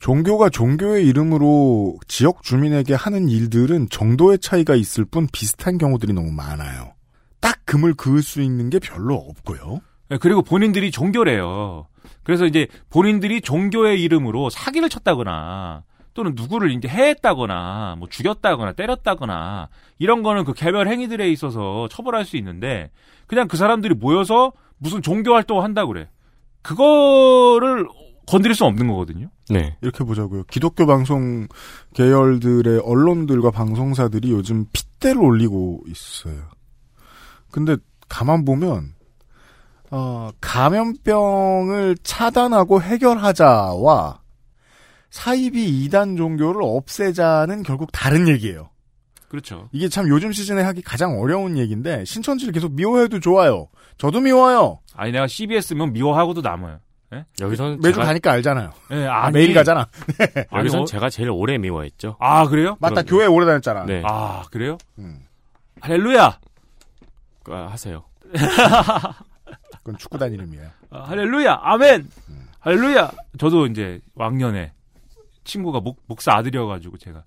B: 종교가 종교의 이름으로 지역 주민에게 하는 일들은 정도의 차이가 있을 뿐 비슷한 경우들이 너무 많아요. 딱 금을 그을 수 있는 게 별로 없고요.
H: 예, 그리고 본인들이 종교래요. 그래서 이제 본인들이 종교의 이름으로 사기를 쳤다거나 또는 누구를 이제 해했다거나 뭐 죽였다거나 때렸다거나 이런 거는 그 개별 행위들에 있어서 처벌할 수 있는데 그냥 그 사람들이 모여서 무슨 종교 활동을 한다 그래. 그거를 건드릴 수 없는 거거든요.
C: 네.
B: 이렇게 보자고요. 기독교 방송 계열들의 언론들과 방송사들이 요즘 핏대를 올리고 있어요. 근데 가만 보면 어, 감염병을 차단하고 해결하자와 사이비 이단 종교를 없애자는 결국 다른 얘기예요.
H: 그렇죠.
B: 이게 참 요즘 시즌에 하기 가장 어려운 얘기인데 신천지를 계속 미워해도 좋아요. 저도 미워요.
H: 아니 내가 CBS면 미워하고도 남아요. 예?
C: 여기서는
B: 매주
C: 제가-
B: 가니까 알잖아요.
H: 예, 아니.
B: 매일 가잖아.
C: 여기서
H: 아니, 어-
C: 제가 제일 오래 미워했죠.
H: 아 그래요?
B: 맞다 음.
C: 그럼요.
B: 교회 오래 다녔잖아.
C: 네.
H: 아 그래요?
E: 할렐루야!
C: 아, 하세요.
B: 그건 축구단 이름이에요.
E: 아, 할렐루야! 아멘! 할렐루야!
H: 저도 이제 왕년에 친구가 목, 목사 아들이어가지고 제가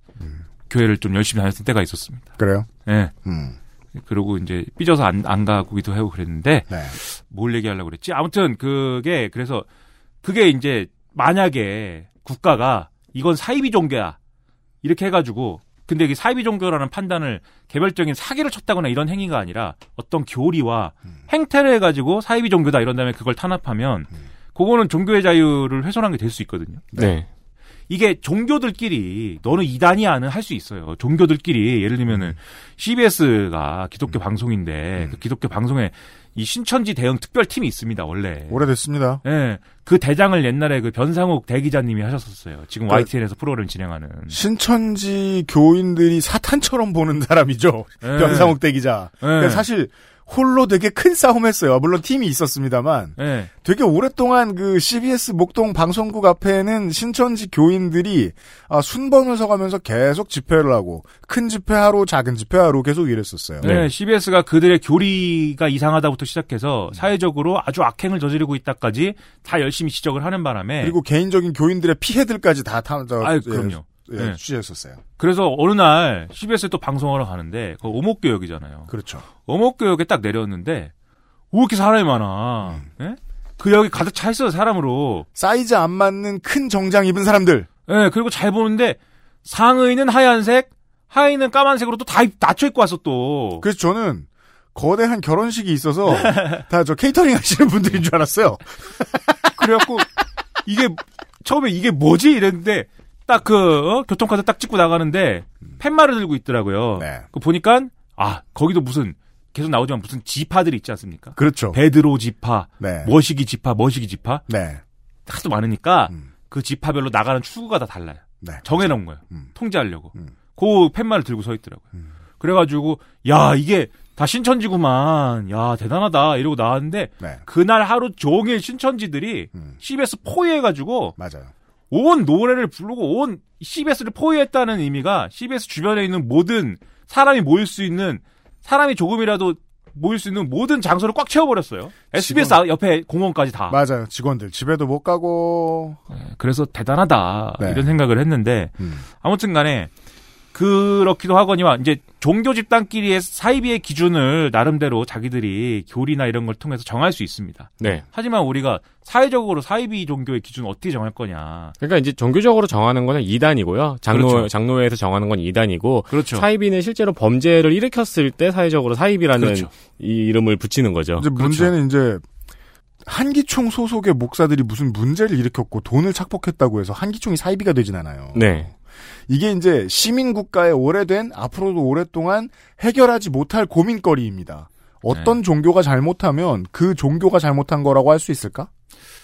H: 교회를 좀 열심히 다녔던 때가 있었습니다.
B: 그래요?
H: 예.
B: 음.
H: 그리고 이제 삐져서 안, 안 가기도 하고 그랬는데
B: 네.
H: 뭘 얘기하려고 그랬지? 아무튼 그게 그래서 그게 이제 만약에 국가가 이건 사이비 종교야 이렇게 해가지고 근데 이게 사이비 종교라는 판단을 개별적인 사기를 쳤다거나 이런 행위가 아니라 어떤 교리와 행태를 해가지고 사이비 종교다 이런 다음에 그걸 탄압하면 그거는 종교의 자유를 훼손한 게 될 수 있거든요.
C: 네.
H: 이게 종교들끼리 너는 이단이야는 할 수 있어요. 종교들끼리 예를 들면은 CBS가 기독교
B: 음.
H: 방송인데 그 기독교 방송에 이 신천지 대응 특별 팀이 있습니다. 원래.
B: 오래됐습니다.
H: 예. 그 대장을 옛날에 그 변상욱 대기자님이 하셨었어요. 지금
B: 그-
H: YTN에서 프로그램 진행하는.
B: 신천지 교인들이 사탄처럼 보는 사람이죠.
H: 예.
B: 변상욱 대기자. 그러니까
H: 예.
B: 사실 홀로 되게 큰 싸움했어요. 물론 팀이 있었습니다만
H: 예.
B: 되게 오랫동안 그 CBS 목동 방송국 앞에는 신천지 교인들이 아, 순번을 서가면서 계속 집회를 하고 큰 집회하루 작은 집회하루 계속 이랬었어요.
H: 네. CBS가 그들의 교리가 이상하다부터 시작해서
B: 음.
H: 사회적으로 아주 악행을 저지르고 있다까지 다 열심히 지적을 하는 바람에
B: 그리고 개인적인 교인들의 피해들까지 다 탐, 저,
H: 아유,
B: 예,
H: 그럼요.
B: 예,
H: 네.
B: 취재했었어요.
H: 그래서 어느 날 CBS에 또 방송하러 가는데 그 오목교역이잖아요.
B: 그렇죠.
H: 어목교역에 딱 내렸는데 왜 이렇게 사람이 많아? 예? 그 여기 가득 차 있어요 사람으로.
B: 사이즈 안 맞는 큰 정장 입은 사람들.
H: 예, 그리고 잘 보는데 상의는 하얀색, 하의는 까만색으로 또 다 낮춰 입고 왔어 또.
B: 뭐. 그래서 저는 거대한 결혼식이 있어서 다 저 케이터링 하시는 분들인 줄 알았어요.
H: 그래갖고 이게 처음에 이게 뭐지 이랬는데 딱 그 교통카드 딱 찍고 나가는데 팻말을 들고
C: 어.
H: 있더라고요.
B: 네.
H: 그 보니까 아 거기도 무슨 계속 나오지만 무슨 지파들이 있지 않습니까?
B: 그렇죠.
H: 베드로 지파,
B: 네.
C: 뭐?
H: 머시기 지파, 머시기 지파
B: 네.
H: 하도 많으니까
B: 음.
H: 그 지파별로 나가는 출구가 다 달라요.
B: 네.
H: 정해놓은 거예요.
B: 음.
H: 통제하려고.
B: 음.
H: 그 팻말을 들고 서 있더라고요. 그래가지고 야 이게 다 신천지구만. 야 아, 대단하다 이러고 나왔는데
B: 네.
H: 그날 하루 종일 신천지들이
B: 음.
H: CBS 포위해가지고
B: 맞아요.
H: 온 노래를 부르고 온 CBS를 포위했다는 의미가 CBS 주변에 있는 모든 사람이 모일 수 있는 사람이 조금이라도 모일 수 있는 모든 장소를 꽉 채워버렸어요. SBS 옆에 공원까지 다.
B: 맞아요. 직원들 집에도 못 가고.
H: 그래서 대단하다
B: 네.
H: 이런 생각을 했는데
B: 음.
H: 아무튼간에 그렇기도 하거니와 이제 종교 집단끼리의 사이비의 기준을 나름대로 자기들이 교리나 이런 걸 통해서 정할 수 있습니다.
C: 네.
H: 하지만 우리가 사회적으로 사이비 종교의 기준을 어떻게 정할 거냐?
C: 그러니까 이제 종교적으로 정하는 거는 이단이고요. 장로
H: 그렇죠.
C: 장로회에서 정하는 건 이단이고
H: 그렇죠.
C: 사이비는 실제로 범죄를 일으켰을 때 사회적으로 사이비라는
H: 그렇죠.
C: 이 이름을 붙이는 거죠.
B: 이제 문제는 이제 한기총 소속의 목사들이 무슨 문제를 일으켰고 돈을 착복했다고 해서 한기총이 사이비가 되진 않아요.
C: 네.
B: 이게 이제 시민국가의 오래된 앞으로도 오랫동안 해결하지 못할 고민거리입니다. 어떤
C: 네.
B: 종교가 잘못하면 그 종교가 잘못한 거라고 할 수 있을까?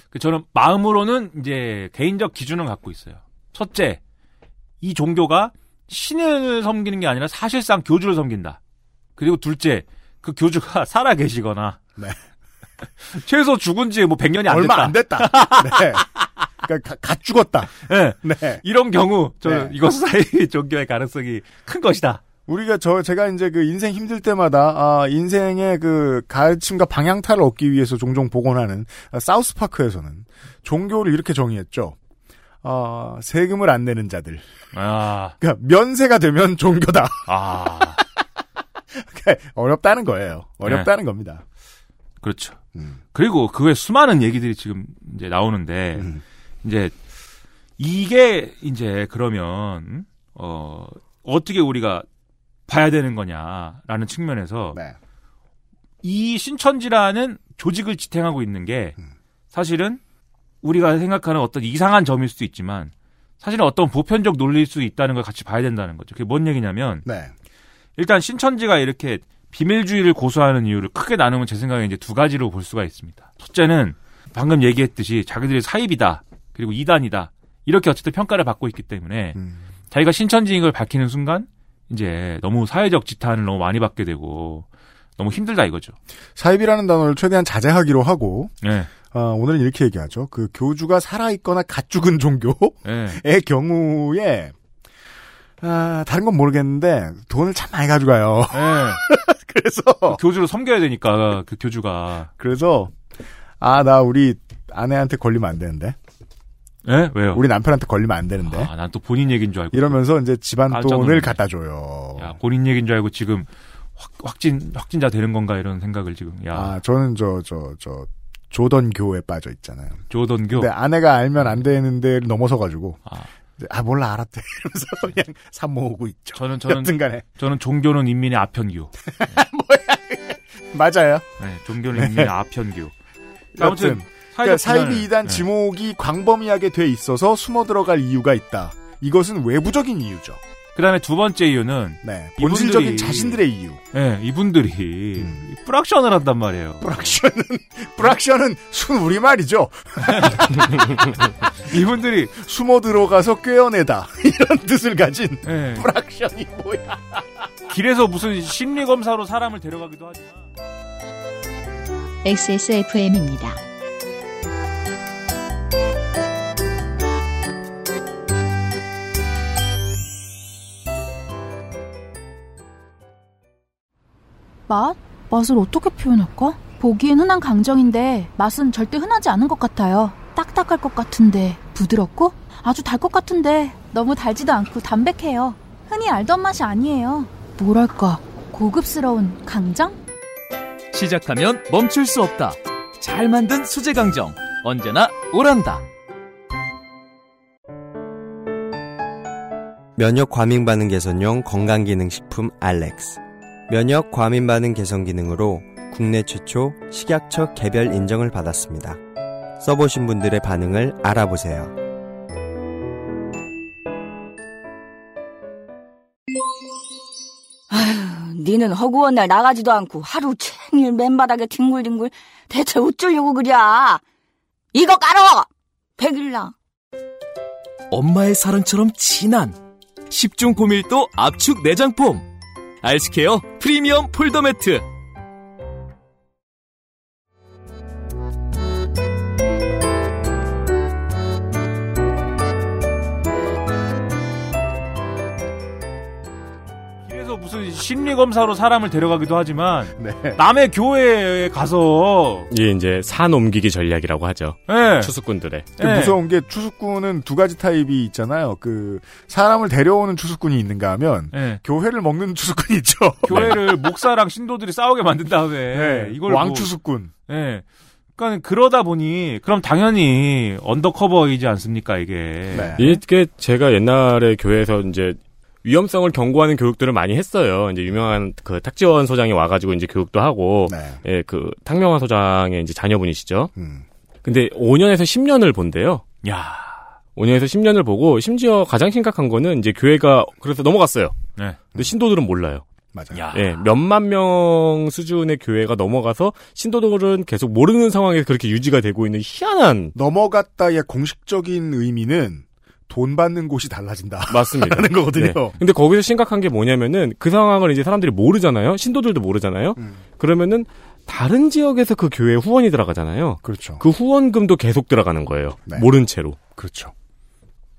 H: 그 저는 마음으로는 이제 개인적 기준을 갖고 있어요. 첫째, 이 종교가 신을 섬기는 게 아니라 사실상 교주를 섬긴다. 그리고 둘째, 그 교주가 살아 계시거나
B: 네.
H: 최소 죽은 지 뭐 100년이 안
B: 얼마
H: 됐다.
B: 안 됐다. 네. 그러니까 가- 갓 죽었다.
H: 예.
B: 네.
H: 이런 경우
B: 네.
H: 저는 이것 사이 종교의 가능성이 큰 것이다.
B: 우리가 저 제가 이제 그 인생 힘들 때마다 아 인생의 그 가르침과 방향타를 얻기 위해서 종종 복원하는 아, 사우스파크에서는 종교를 이렇게 정의했죠. 아 세금을 안 내는 자들.
H: 아,
B: 그러니까 면세가 되면 종교다.
H: 아,
B: 그러니까 어렵다는 거예요.
H: 네.
B: 어렵다는 겁니다.
H: 그렇죠.
B: 음.
H: 그리고 그 외 수많은 얘기들이 지금 이제 나오는데
B: 음.
H: 이제 이게 이제 그러면 어 어떻게 우리가 봐야 되는 거냐라는 측면에서
B: 네.
H: 이 신천지라는 조직을 지탱하고 있는 게
B: 음.
H: 사실은 우리가 생각하는 어떤 이상한 점일 수도 있지만 사실은 어떤 보편적 논리일 수도 있다는 걸 같이 봐야 된다는 거죠. 그게 뭔 얘기냐면
B: 네.
H: 일단 신천지가 이렇게 비밀주의를 고수하는 이유를 크게 나누면 제 생각에 이제 두 가지로 볼 수가 있습니다. 첫째는 방금 얘기했듯이 자기들이 사입이다 그리고 이단이다 이렇게 어쨌든 평가를 받고 있기 때문에
B: 음.
H: 자기가 신천지인 걸 밝히는 순간 이제 너무 사회적 지탄을 너무 많이 받게 되고 너무 힘들다 이거죠.
B: 사입이라는 단어를 최대한 자제하기로 하고
H: 네.
B: 아, 오늘은 이렇게 얘기하죠. 그 교주가 살아있거나 갓 죽은
H: 예,
B: 종교의 경우에, 아, 다른 건 모르겠는데, 돈을 참 많이 가져가요. 그래서.
H: 교주를 섬겨야 되니까, 그 교주가.
B: 그래서, 아, 나 우리 아내한테 걸리면 안 되는데.
H: 예? 왜요?
B: 우리 남편한테 걸리면 안 되는데.
H: 아, 난 또 본인 얘기인 줄 알고.
B: 이러면서 이제 집안
H: 깜짝
B: 돈을
H: 놀랐네.
B: 갖다 줘요.
H: 야, 본인 얘기인 줄 알고 지금 확, 확진, 확진자 되는 건가 이런 생각을 지금. 야,
B: 아, 저는 저, 저, 저, 조던 교에 빠져 있잖아요.
H: 조던교.
B: 근데 아내가 알면 안 되는데 넘어서가지고.
H: 아.
B: 이제, 아, 몰라, 알았대. 이러면서 그냥 산모으고 있죠.
H: 저는, 저는,
B: 여튼간에.
H: 저는 종교는 인민의 아편교.
B: 맞아요.
H: 네, 종교는 인민의 아편교.
B: 여튼. 그러니까
H: 네.
B: 사이비 이단 지목이 광범위하게 돼 있어서 숨어 들어갈 이유가 있다. 이것은 외부적인 이유죠.
H: 그 다음에 두 번째 이유는.
B: 네. 본질적인
H: 이분들이-
B: 자신들의 이유.
H: 네, 이분들이
B: 음.
H: 프락션을 한단 말이에요.
B: 프락션은 프락션은 순 우리 말이죠.
H: 이분들이
B: 숨어 들어가서 꿰어내다 이런 뜻을 가진
H: 네,
B: 프락션이 뭐야?
H: 길에서 무슨 심리 검사로 사람을 데려가기도 하지만.
A: XSFM입니다.
D: 맛? 맛을 어떻게 표현할까? 보기엔 흔한 강정인데 맛은 절대 흔하지 않은 것 같아요. 딱딱할 것 같은데 부드럽고 아주 달 것 같은데 너무 달지도 않고 담백해요. 흔히 알던 맛이 아니에요. 뭐랄까 고급스러운 강정?
E: 시작하면 멈출 수 없다. 잘 만든 수제 강정 언제나 오란다.
K: 면역 과민 반응 개선용 건강 기능 식품 알렉스. 면역 과민 반응 개선 기능으로 국내 최초 식약처 개별 인정을 받았습니다. 써보신 분들의 반응을 알아보세요.
F: 니는 허구한 날 나가지도 않고 하루 챙일 맨바닥에 뒹굴뒹굴 대체 어쩌려고 그래? 이거 깔어! 백일랑.
E: 엄마의 사랑처럼 진한 10중 고밀도 압축 내장폼 알스케어 프리미엄 폴더 매트
H: 그래서 무슨 심리 검사로 사람을 데려가기도 하지만
B: 네.
H: 남의 교회에 가서
C: 이게 이제 산 옮기기 전략이라고 하죠.
H: 네.
C: 추수꾼들의.
B: 근데 그 무서운 게 추수꾼은 두 가지 타입이 있잖아요. 그 사람을 데려오는 추수꾼이 있는가 하면
H: 네.
B: 교회를 먹는 추수꾼이 있죠.
H: 교회를 목사랑 신도들이 싸우게 만든 다음에
B: 네,
H: 이걸 뭐-
B: 왕추수꾼.
H: 예. 그러니까 그러다 보니 그럼 당연히 언더커버이지 않습니까 이게.
B: 네.
C: 이게 제가 옛날에 교회에서 이제 위험성을 경고하는 교육들을 많이 했어요. 이제 유명한 그 탁지원 소장이 와가지고 이제 교육도 하고,
H: 네.
B: 네.
C: 예, 그 탁명환 소장의 이제 자녀분이시죠.
B: 음,
C: 근데 5년에서 10년을 본대요.
H: 야.
C: 5년에서 10년을 보고 심지어 가장 심각한 거는 이제 교회가 그래서 넘어갔어요.
H: 네.
C: 근데 신도들은 몰라요.
B: 맞아요.
H: 야.
C: 예, 몇만 명 수준의 교회가 넘어가서 신도들은 계속 모르는 상황에서 그렇게 유지가 되고 있는 희한한
B: 넘어갔다의 공식적인 의미는 돈 받는 곳이 달라진다.
C: 맞습니다.
B: 라는 거거든요.
C: 네. 근데 거기서 심각한 게 뭐냐면은 그 상황을 이제 사람들이 모르잖아요. 신도들도 모르잖아요.
B: 음.
C: 그러면은 다른 지역에서 그 교회에 후원이 들어가잖아요.
B: 그렇죠.
C: 그 후원금도 계속 들어가는 거예요.
B: 네.
C: 모른 채로.
B: 그렇죠.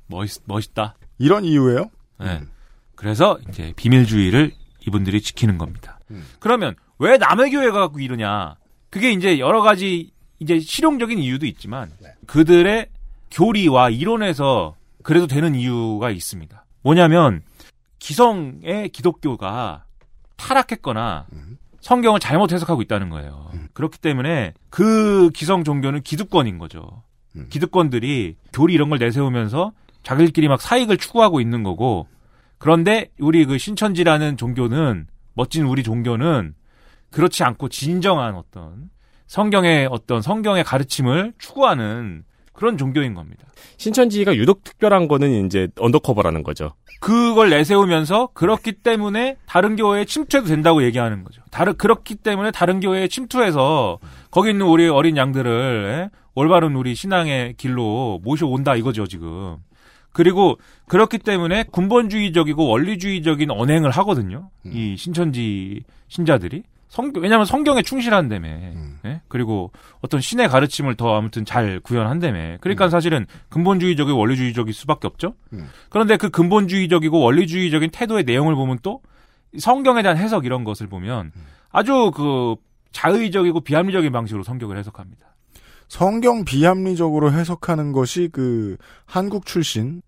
H: 멋있 멋있다.
B: 이런 이유예요?
H: 예.
C: 음.
H: 그래서 이제 비밀주의를 이분들이 지키는 겁니다.
B: 음.
H: 그러면 왜 남의 교회가 갖고 이러냐? 그게 이제 여러 가지 이제 실용적인 이유도 있지만
C: 네.
H: 그들의 교리와 이론에서 그래도 되는 이유가 있습니다. 뭐냐면 기성의 기독교가 타락했거나
C: 음.
H: 성경을 잘못 해석하고 있다는 거예요. 그렇기 때문에 그 기성 종교는 기득권인 거죠. 기득권들이 교리 이런 걸 내세우면서 자기들끼리 막 사익을 추구하고 있는 거고 그런데 우리 그 신천지라는 종교는 멋진 우리 종교는 그렇지 않고 진정한 어떤 성경의 어떤 성경의 가르침을 추구하는 그런 종교인 겁니다.
C: 신천지가 유독 특별한 거는 이제 언더커버라는 거죠.
H: 그걸 내세우면서 그렇기 때문에 다른 교회에 침투해도 된다고 얘기하는 거죠. 다른 그렇기 때문에 다른 교회에 침투해서 거기 있는 우리 어린 양들을 예? 올바른 우리 신앙의 길로 모셔온다 이거죠 지금. 그리고 그렇기 때문에 군본주의적이고 원리주의적인 언행을 하거든요. 이 신천지 신자들이 성 왜냐하면 성경에 충실한다며.
B: 네. 음.
H: 예? 그리고 어떤 신의 가르침을 더 아무튼 잘 구현한다며. 그러니까 사실은 근본주의적이 원리주의적일 수밖에 없죠.
B: 음.
H: 그런데 그 근본주의적이고 원리주의적인 태도의 내용을 보면 또 성경에 대한 해석 이런 것을 보면 아주 그 자의적이고 비합리적인 방식으로 성경을 해석합니다.
B: 성경 비합리적으로 해석하는 것이 그 한국 출신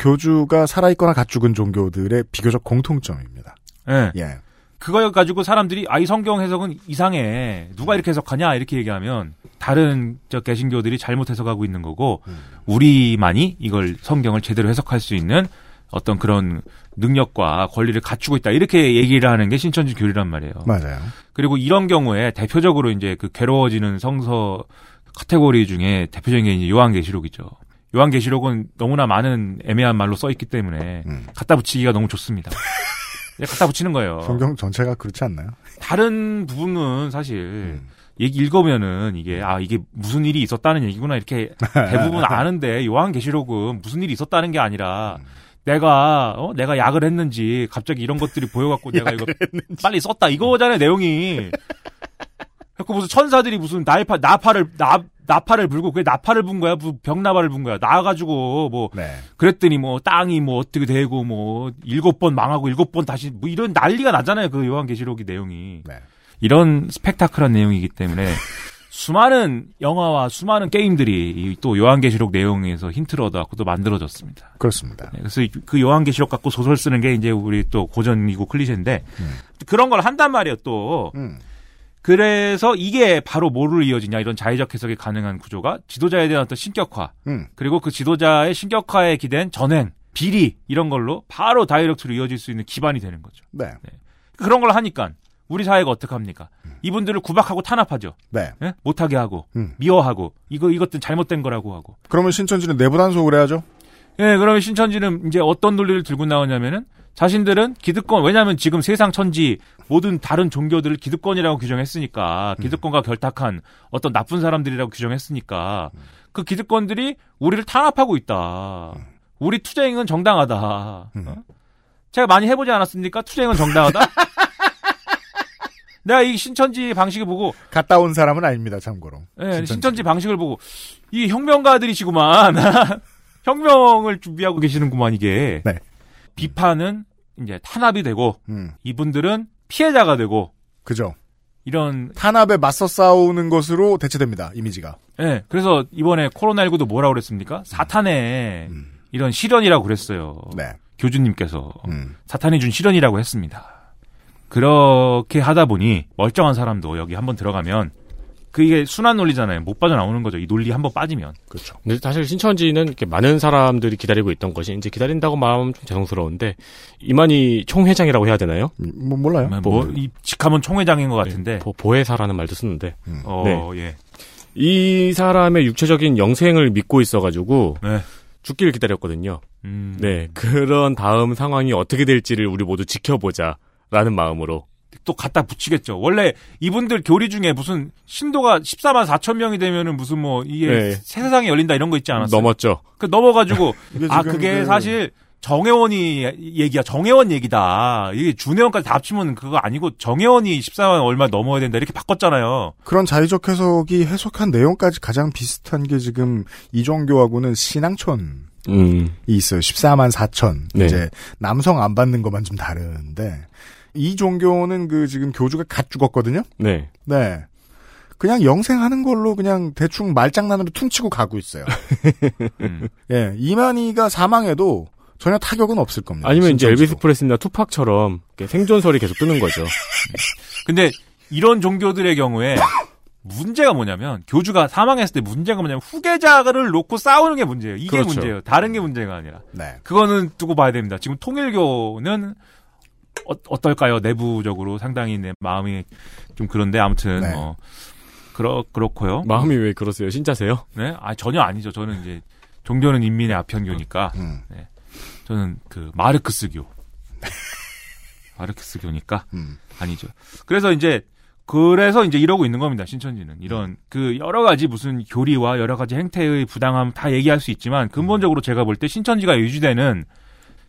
B: 교주가 살아있거나 갓 죽은 종교들의 비교적 공통점입니다.
H: 예.
B: 예.
H: 그걸 가지고 사람들이 아 이 성경 해석은 이상해 누가 이렇게 해석하냐 이렇게 얘기하면 다른 저 개신교들이 잘못 해석하고 있는 거고
B: 음.
H: 우리만이 이걸 성경을 제대로 해석할 수 있는 어떤 그런 능력과 권리를 갖추고 있다 이렇게 얘기를 하는 게 신천지 교리란 말이에요.
B: 맞아요.
H: 그리고 이런 경우에 대표적으로 이제 그 괴로워지는 성서 카테고리 중에 대표적인 게 이제 요한계시록이죠. 요한계시록은 너무나 많은 애매한 말로 써 있기 때문에
B: 음.
H: 갖다 붙이기가 너무 좋습니다. 그냥 갖다 붙이는 거예요.
B: 성경 전체가 그렇지 않나요?
H: 다른 부분은 사실 얘기 읽으면은 이게 아 이게 무슨 일이 있었다는 얘기구나 이렇게 대부분 아는데 요한계시록은 무슨 일이 있었다는 게 아니라 내가 어 내가 약을 했는지 갑자기 이런 것들이 보여갖고 내가 이거 빨리 썼다 이거잖아요 내용이. 그 무슨 천사들이 무슨 날파 나팔을 나 나팔을 불고 그게 나팔을 분 거야 무슨 병나발을 분 거야 나와가지고 뭐
B: 네,
H: 그랬더니 뭐 땅이 뭐 어떻게 되고 뭐 일곱 번 망하고 일곱 번 다시 뭐 이런 난리가 나잖아요 그 요한계시록의 내용이 이런 스펙타클한 내용이기 때문에 수많은 영화와 수많은 게임들이 이또 요한계시록 내용에서 힌트를 얻어갖고 또 만들어졌습니다.
B: 그렇습니다.
H: 네, 그래서 이- 그 요한계시록 갖고 소설 쓰는 게 이제 우리 또 고전이고 클리셰인데 그런 걸 한단 말이에요 또.
B: 음,
H: 그래서 이게 바로 뭐를 이어지냐 이런 자의적 해석이 가능한 구조가 지도자에 대한 어떤 신격화
B: 음.
H: 그리고 그 지도자의 신격화에 기댄 전행 비리 이런 걸로 바로 다이렉트로 이어질 수 있는 기반이 되는 거죠.
B: 네.
H: 그런 걸 하니까 우리 사회가 어떻게 합니까? 이분들을 구박하고 탄압하죠.
B: 네.
H: 예? 못하게 하고
B: 음.
H: 미워하고 이거 이것들 잘못된 거라고 하고.
B: 그러면 신천지는 내부 단속을 해야죠.
H: 예, 그러면 신천지는 이제 어떤 논리를 들고 나오냐면은 자신들은 기득권 왜냐하면 지금 세상 천지 모든 다른 종교들을 기득권이라고 규정했으니까 기득권과 결탁한 어떤 나쁜 사람들이라고 규정했으니까 그 기득권들이 우리를 탄압하고 있다. 우리 투쟁은 정당하다. 어? 제가 많이 해보지 않았습니까? 투쟁은 정당하다. 내가 이 신천지 방식을 보고
B: 갔다 온 사람은 네, 아닙니다, 참고로.
H: 예, 신천지. 방식을 보고 이 혁명가들이시구만 혁명을 준비하고 계시는구만 이게 비판은 이제 탄압이 되고 이분들은 피해자가
B: 음,
H: 되고
B: 그죠.
H: 이런
B: 탄압에 맞서 싸우는 것으로 대체됩니다, 이미지가.
H: 예 그래서 이번에 코로나19도 뭐라 그랬습니까 사탄의 이런 실현이라고 그랬어요
B: 네.
H: 교주님께서
C: 어.
B: 음.
H: 사탄이 준 실현이라고 했습니다 그렇게 하다 보니 멀쩡한 사람도 여기 한번 들어가면 그게 순환 논리잖아요 못 빠져나오는 거죠 이 논리 한번 빠지면
B: 그렇죠
C: 근데 사실 신천지는 이렇게 많은 사람들이 기다리고 있던 것이 이제 기다린다고 말하면 좀 죄송스러운데 이만희 총회장이라고 해야 되나요?
B: 뭐 몰라요.
C: 네,
H: 뭐, 네. 이 직함은 총회장인 것
B: 네.
H: 같은데
C: 보, 회사라는 말도 쓰는데.
H: 어,
C: 네.
H: 예.
C: 이 사람의 육체적인 영생을 믿고 있어가지고
B: 네.
C: 죽기를 기다렸거든요.
H: 음.
C: 네, 그런 다음 상황이 어떻게 될지를 우리 모두 지켜보자라는 마음으로.
H: 또 갖다 붙이겠죠. 원래 이분들 교리 중에 무슨 신도가 14만 4천 명이 되면은 무슨 뭐 이게
C: 네.
H: 새 세상이 열린다 이런 거 있지 않았어요?
C: 넘었죠.
H: 그 넘어가지고
C: 이게
H: 아
C: 지금
H: 그게
C: 그-
H: 사실 정혜원이 얘기야. 정혜원 얘기다. 이게 준혜원까지 다 합치면 그거 아니고 정혜원이 14만 얼마 넘어야 된다 이렇게 바꿨잖아요.
B: 그런 자의적 해석이 해석한 내용까지 가장 비슷한 게 지금 이종교하고는 신앙촌이
C: 음.
B: 있어요. 14만 4천.
C: 네.
B: 이제 남성 안 받는 것만 좀 다른데 이 종교는 그 지금 교주가 갓 죽었거든요.
C: 네.
B: 네. 그냥 영생하는 걸로 그냥 대충 말장난으로 퉁치고 가고 있어요.
C: 음.
B: 예, 이만희가 사망해도 전혀 타격은 없을 겁니다.
C: 아니면 이제
B: 신천지도.
C: 엘비스 프레스나 투팍처럼 이렇게 생존설이 계속 뜨는 거죠.
H: 근데 이런 종교들의 경우에 문제가 뭐냐면 교주가 사망했을 때 문제가 뭐냐면 후계자를 놓고 싸우는 게 문제예요. 이게
C: 그렇죠.
H: 문제예요. 다른 게 문제가 아니라.
B: 네.
H: 그거는 두고 봐야 됩니다. 지금 통일교는 어, 떨까요 내부적으로 상당히 내 마음이 좀 그런데 아무튼
C: 네.
H: 어, 그렇 그렇고요.
C: 마음이 왜 그러세요? 신자세요?
H: 네, 아 전혀 아니죠. 저는 이제 종교는 인민의 아편교니까.
B: 음,
H: 네. 저는 그 마르크스교. 마르크스교니까
B: 음.
H: 아니죠. 그래서 이제 그래서 이제 이러고 있는 겁니다. 신천지는 이런 그 여러 가지 무슨 교리와 여러 가지 행태의 부당함 다 얘기할 수 있지만 근본적으로 제가 볼 때 신천지가 유지되는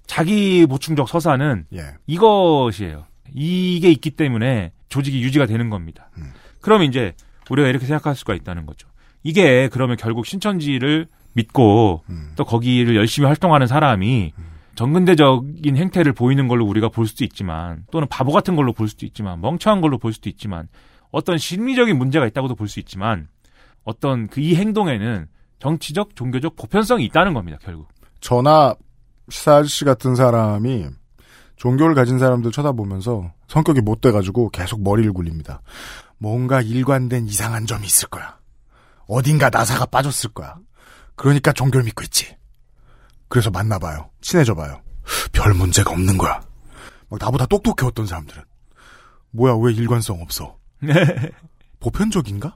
H: 자기 보충적 서사는
B: 예.
H: 이것이에요. 이게 있기 때문에 조직이 유지가 되는 겁니다. 그럼 이제 우리가 이렇게 생각할 수가 있다는 거죠. 이게 그러면 결국 신천지를 믿고 또 거기를 열심히 활동하는 사람이 정근대적인 행태를 보이는 걸로 우리가 볼 수도 있지만 또는 바보 같은 걸로 볼 수도 있지만 멍청한 걸로 볼 수도 있지만 어떤 심리적인 문제가 있다고도 볼 수 있지만 어떤 그 이 행동에는 정치적 종교적 보편성이 있다는 겁니다 결국
B: 저나 시사 아저씨 같은 사람이 종교를 가진 사람들 쳐다보면서 성격이 못 돼가지고 계속 머리를 굴립니다. 뭔가 일관된 이상한 점이 있을 거야. 어딘가 나사가 빠졌을 거야. 그러니까 종교를 믿고 있지. 그래서 만나봐요. 친해져봐요. 별 문제가 없는 거야. 막 나보다 똑똑해 어떤 사람들은. 뭐야 왜 일관성 없어? 보편적인가?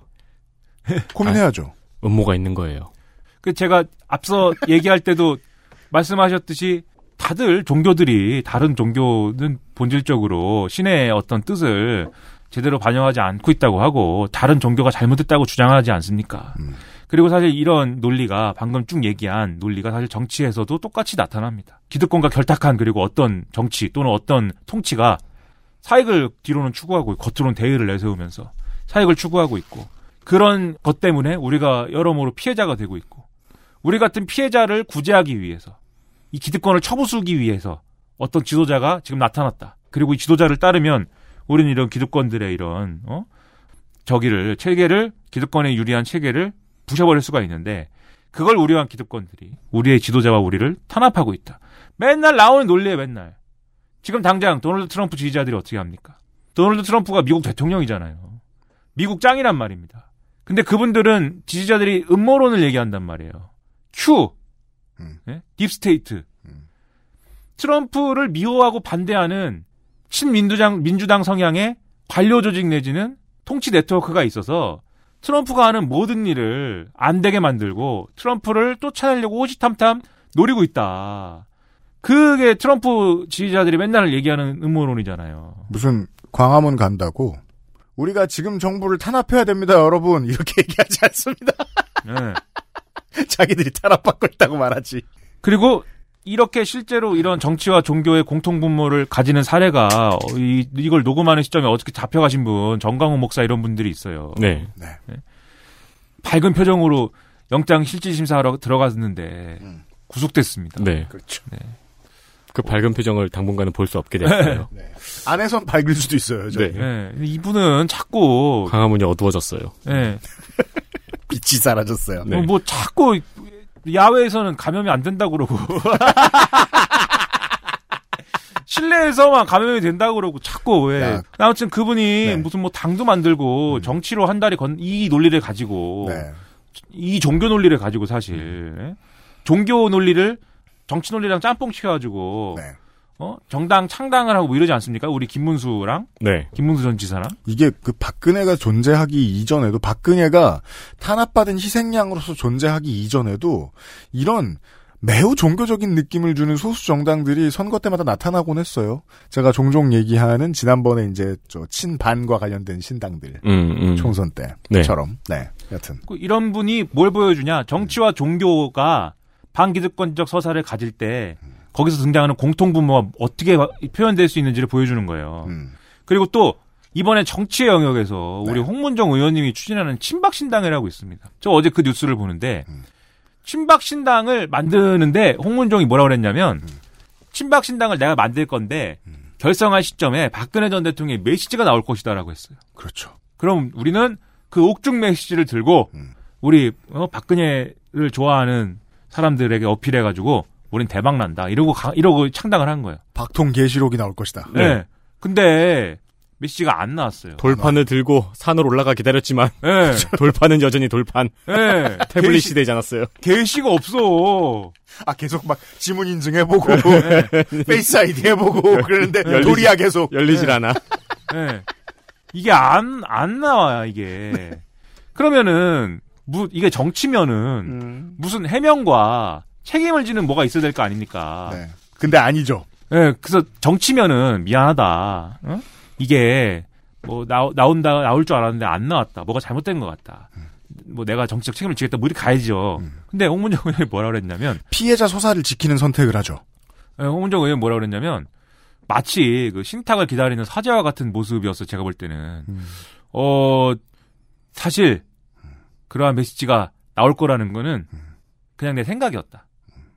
B: 고민해야죠.
C: 음모가 있는 거예요.
H: 그 제가 앞서 얘기할 때도 말씀하셨듯이 다들 종교들이 다른 종교는 본질적으로 신의 어떤 뜻을 제대로 반영하지 않고 있다고 하고 다른 종교가 잘못됐다고 주장하지 않습니까? 그리고 사실 이런 논리가 방금 쭉 얘기한 논리가 사실 정치에서도 똑같이 나타납니다. 기득권과 결탁한 그리고 어떤 정치 또는 어떤 통치가 사익을 뒤로는 추구하고 겉으로는 대의를 내세우면서 사익을 추구하고 있고 그런 것 때문에 우리가 여러모로 피해자가 되고 있고 우리 같은 피해자를 구제하기 위해서 이 기득권을 처부수기 위해서 어떤 지도자가 지금 나타났다. 그리고 이 지도자를 따르면 우리는 이런 기득권들의 이런 어 저기를 체계를 기득권에 유리한 체계를 부셔버릴 수가 있는데 그걸 우려한 기득권들이 우리의 지도자와 우리를 탄압하고 있다. 맨날 나오는 논리에 맨날 지금 당장 도널드 트럼프 지지자들이 어떻게 합니까? 도널드 트럼프가 미국 대통령이잖아요. 미국 짱이란 말입니다. 근데 그분들은 지지자들이 음모론을 얘기한단 말이에요. 큐, 예? 딥스테이트, 트럼프를 미워하고 반대하는 친민주당 민주당 성향의 관료 조직 내지는 통치 네트워크가 있어서 트럼프가 하는 모든 일을 안 되게 만들고 트럼프를 쫓아내려고 호시탐탐 노리고 있다. 그게 트럼프 지지자들이 맨날 얘기하는 음모론이잖아요.
B: 무슨 광화문 간다고 우리가 지금 정부를 탄압해야 됩니다, 여러분. 이렇게 얘기하지 않습니다. 자기들이 탄압받고 있다고 말하지.
H: 예. 그리고 이렇게 실제로 이런 정치와 종교의 공통분모를 가지는 사례가 어, 이, 이걸 녹음하는 시점에 어떻게 잡혀가신 분 정강호 목사 이런 분들이 있어요.
C: 네.
H: 밝은 표정으로 영장 실질 심사하러 들어갔는데
B: 음.
H: 구속됐습니다.
C: 네.
B: 그렇죠.
C: 그 밝은 표정을 당분간은 볼 수 없게 됐어요.
B: 안에선 밝을 수도 있어요. 저희.
H: 네. 근데 이분은 자꾸
C: 강화문이 어두워졌어요.
H: 네.
B: 빛이 사라졌어요.
H: 어, 뭐 자꾸 야외에서는 감염이 안 된다 그러고 실내에서만 감염이 된다 그러고 자꾸 왜
B: 야. 네. 음.
H: 아무튼 그분이 무슨 뭐 당도 만들고 정치로 한 달이 건 이 논리를 가지고
B: 네.
H: 이 종교 논리를 가지고 사실 예. 종교 논리를 정치 논리랑 짬뽕 시켜가지고
B: 네.
H: 어 정당 창당을 하고 뭐 이러지 않습니까? 우리 김문수랑
C: 네.
H: 김문수 전 지사랑
B: 이게 그 박근혜가 존재하기 이전에도 박근혜가 탄압받은 희생양으로서 존재하기 이전에도 이런 매우 종교적인 느낌을 주는 소수 정당들이 선거 때마다 나타나곤 했어요. 제가 종종 얘기하는 지난번에 이제 저 친반과 관련된 신당들
C: 음, 음.
B: 총선 때처럼 네, 여튼
H: 그 이런 분이 뭘 보여주냐? 정치와 종교가 반기득권적 서사를 가질 때 거기서 등장하는 공통분모가 어떻게 표현될 수 있는지를 보여주는 거예요. 그리고 또 이번에 정치의 영역에서 우리 홍문정 의원님이 추진하는 친박신당이라고 있습니다. 저 어제 그 뉴스를 보는데 친박신당을 만드는데 홍문종이 뭐라 그랬냐면 친박신당을 내가 만들 건데 결성할 시점에 박근혜 전 대통령의 메시지가 나올 것이다라고 했어요.
B: 그렇죠.
H: 그럼 우리는 그 옥중 메시지를 들고
C: 음.
H: 우리 어, 박근혜를 좋아하는 사람들에게 어필해가지고 우린 대박 난다 이러고 가- 이러고 창당을 한 거예요.
B: 박통 계시록이 나올 것이다.
H: 네. 근데 메시지가 안 나왔어요.
C: 돌판을 들고 산을 올라가 기다렸지만
H: 네.
C: 돌판은 여전히 돌판.
H: 네.
C: 태블릿
H: 게시-
C: 시대지 않았어요.
H: 게시가 없어.
B: 아 계속 막 지문 인증해보고 페이스 아이디 해보고 그러는데
C: 네. 열리지-
B: 도리야 계속
C: 열리질 않아.
H: 예. 이게 안, 안 나와요,
C: 네.
H: 이게. 그러면은, 무, 이게 정치면은,
C: 음.
H: 무슨 해명과 책임을 지는 뭐가 있어야 될 거 아닙니까?
B: 네. 근데 아니죠.
H: 예, 그래서 정치면은, 미안하다. 어? 이게, 뭐, 나, 나온다, 나올 줄 알았는데 안 나왔다. 뭐가 잘못된 것 같다. 뭐, 내가 정치적 책임을 지겠다. 뭐, 이렇게 가야죠. 근데 홍문정 의원이 뭐라 그랬냐면,
B: 피해자 소사를 지키는 선택을 하죠.
H: 예, 홍문정 의원이 뭐라 그랬냐면, 마치 그 신탁을 기다리는 사제와 같은 모습이었어요. 제가 볼 때는.
B: 음.
H: 어, 사실 그러한 메시지가 나올 거라는 거는
B: 음.
H: 그냥 내 생각이었다.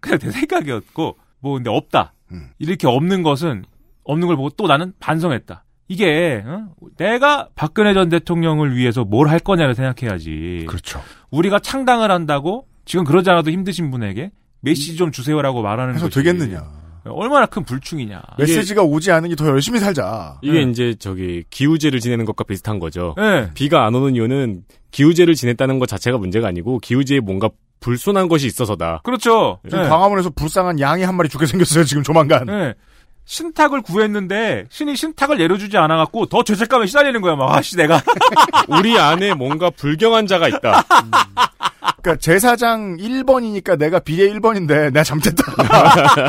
H: 그냥 내 생각이었고 뭐 근데 없다.
B: 음.
H: 이렇게 없는 것은 없는 걸 보고 또 나는 반성했다. 이게 어? 내가 박근혜 전 대통령을 위해서 뭘 할 거냐를
C: 예.
H: 생각해야지.
B: 그렇죠.
H: 우리가 창당을 한다고 지금 그러지 않아도 힘드신 분에게 메시지 좀 주세요라고 말하는
B: 해서
H: 것이
B: 되겠느냐.
H: 예, 얼마나 큰 불충이냐.
C: 예.
B: 메시지가 오지 않은 게 더 열심히 살자.
C: 이게 이제 저기 기우제를 지내는 것과 비슷한 거죠.
H: 네.
C: 비가 안 오는 이유는 기우제를 지냈다는 것 자체가 문제가 아니고 기우제에 뭔가 불손한 것이 있어서다.
H: 그렇죠.
C: 예.
B: 지금 광화문에서 불쌍한 양이 한 마리 죽게 생겼어요. 지금 조만간.
H: 예. 신탁을 구했는데 신이 신탁을 내려주지 않아갖고 더 죄책감에 시달리는 거야. 막 아씨 내가
C: 우리 안에 뭔가 불경한 자가 있다.
B: 그러니까 제사장 1번이니까 내가 비례 1번인데 내가 잘못했다.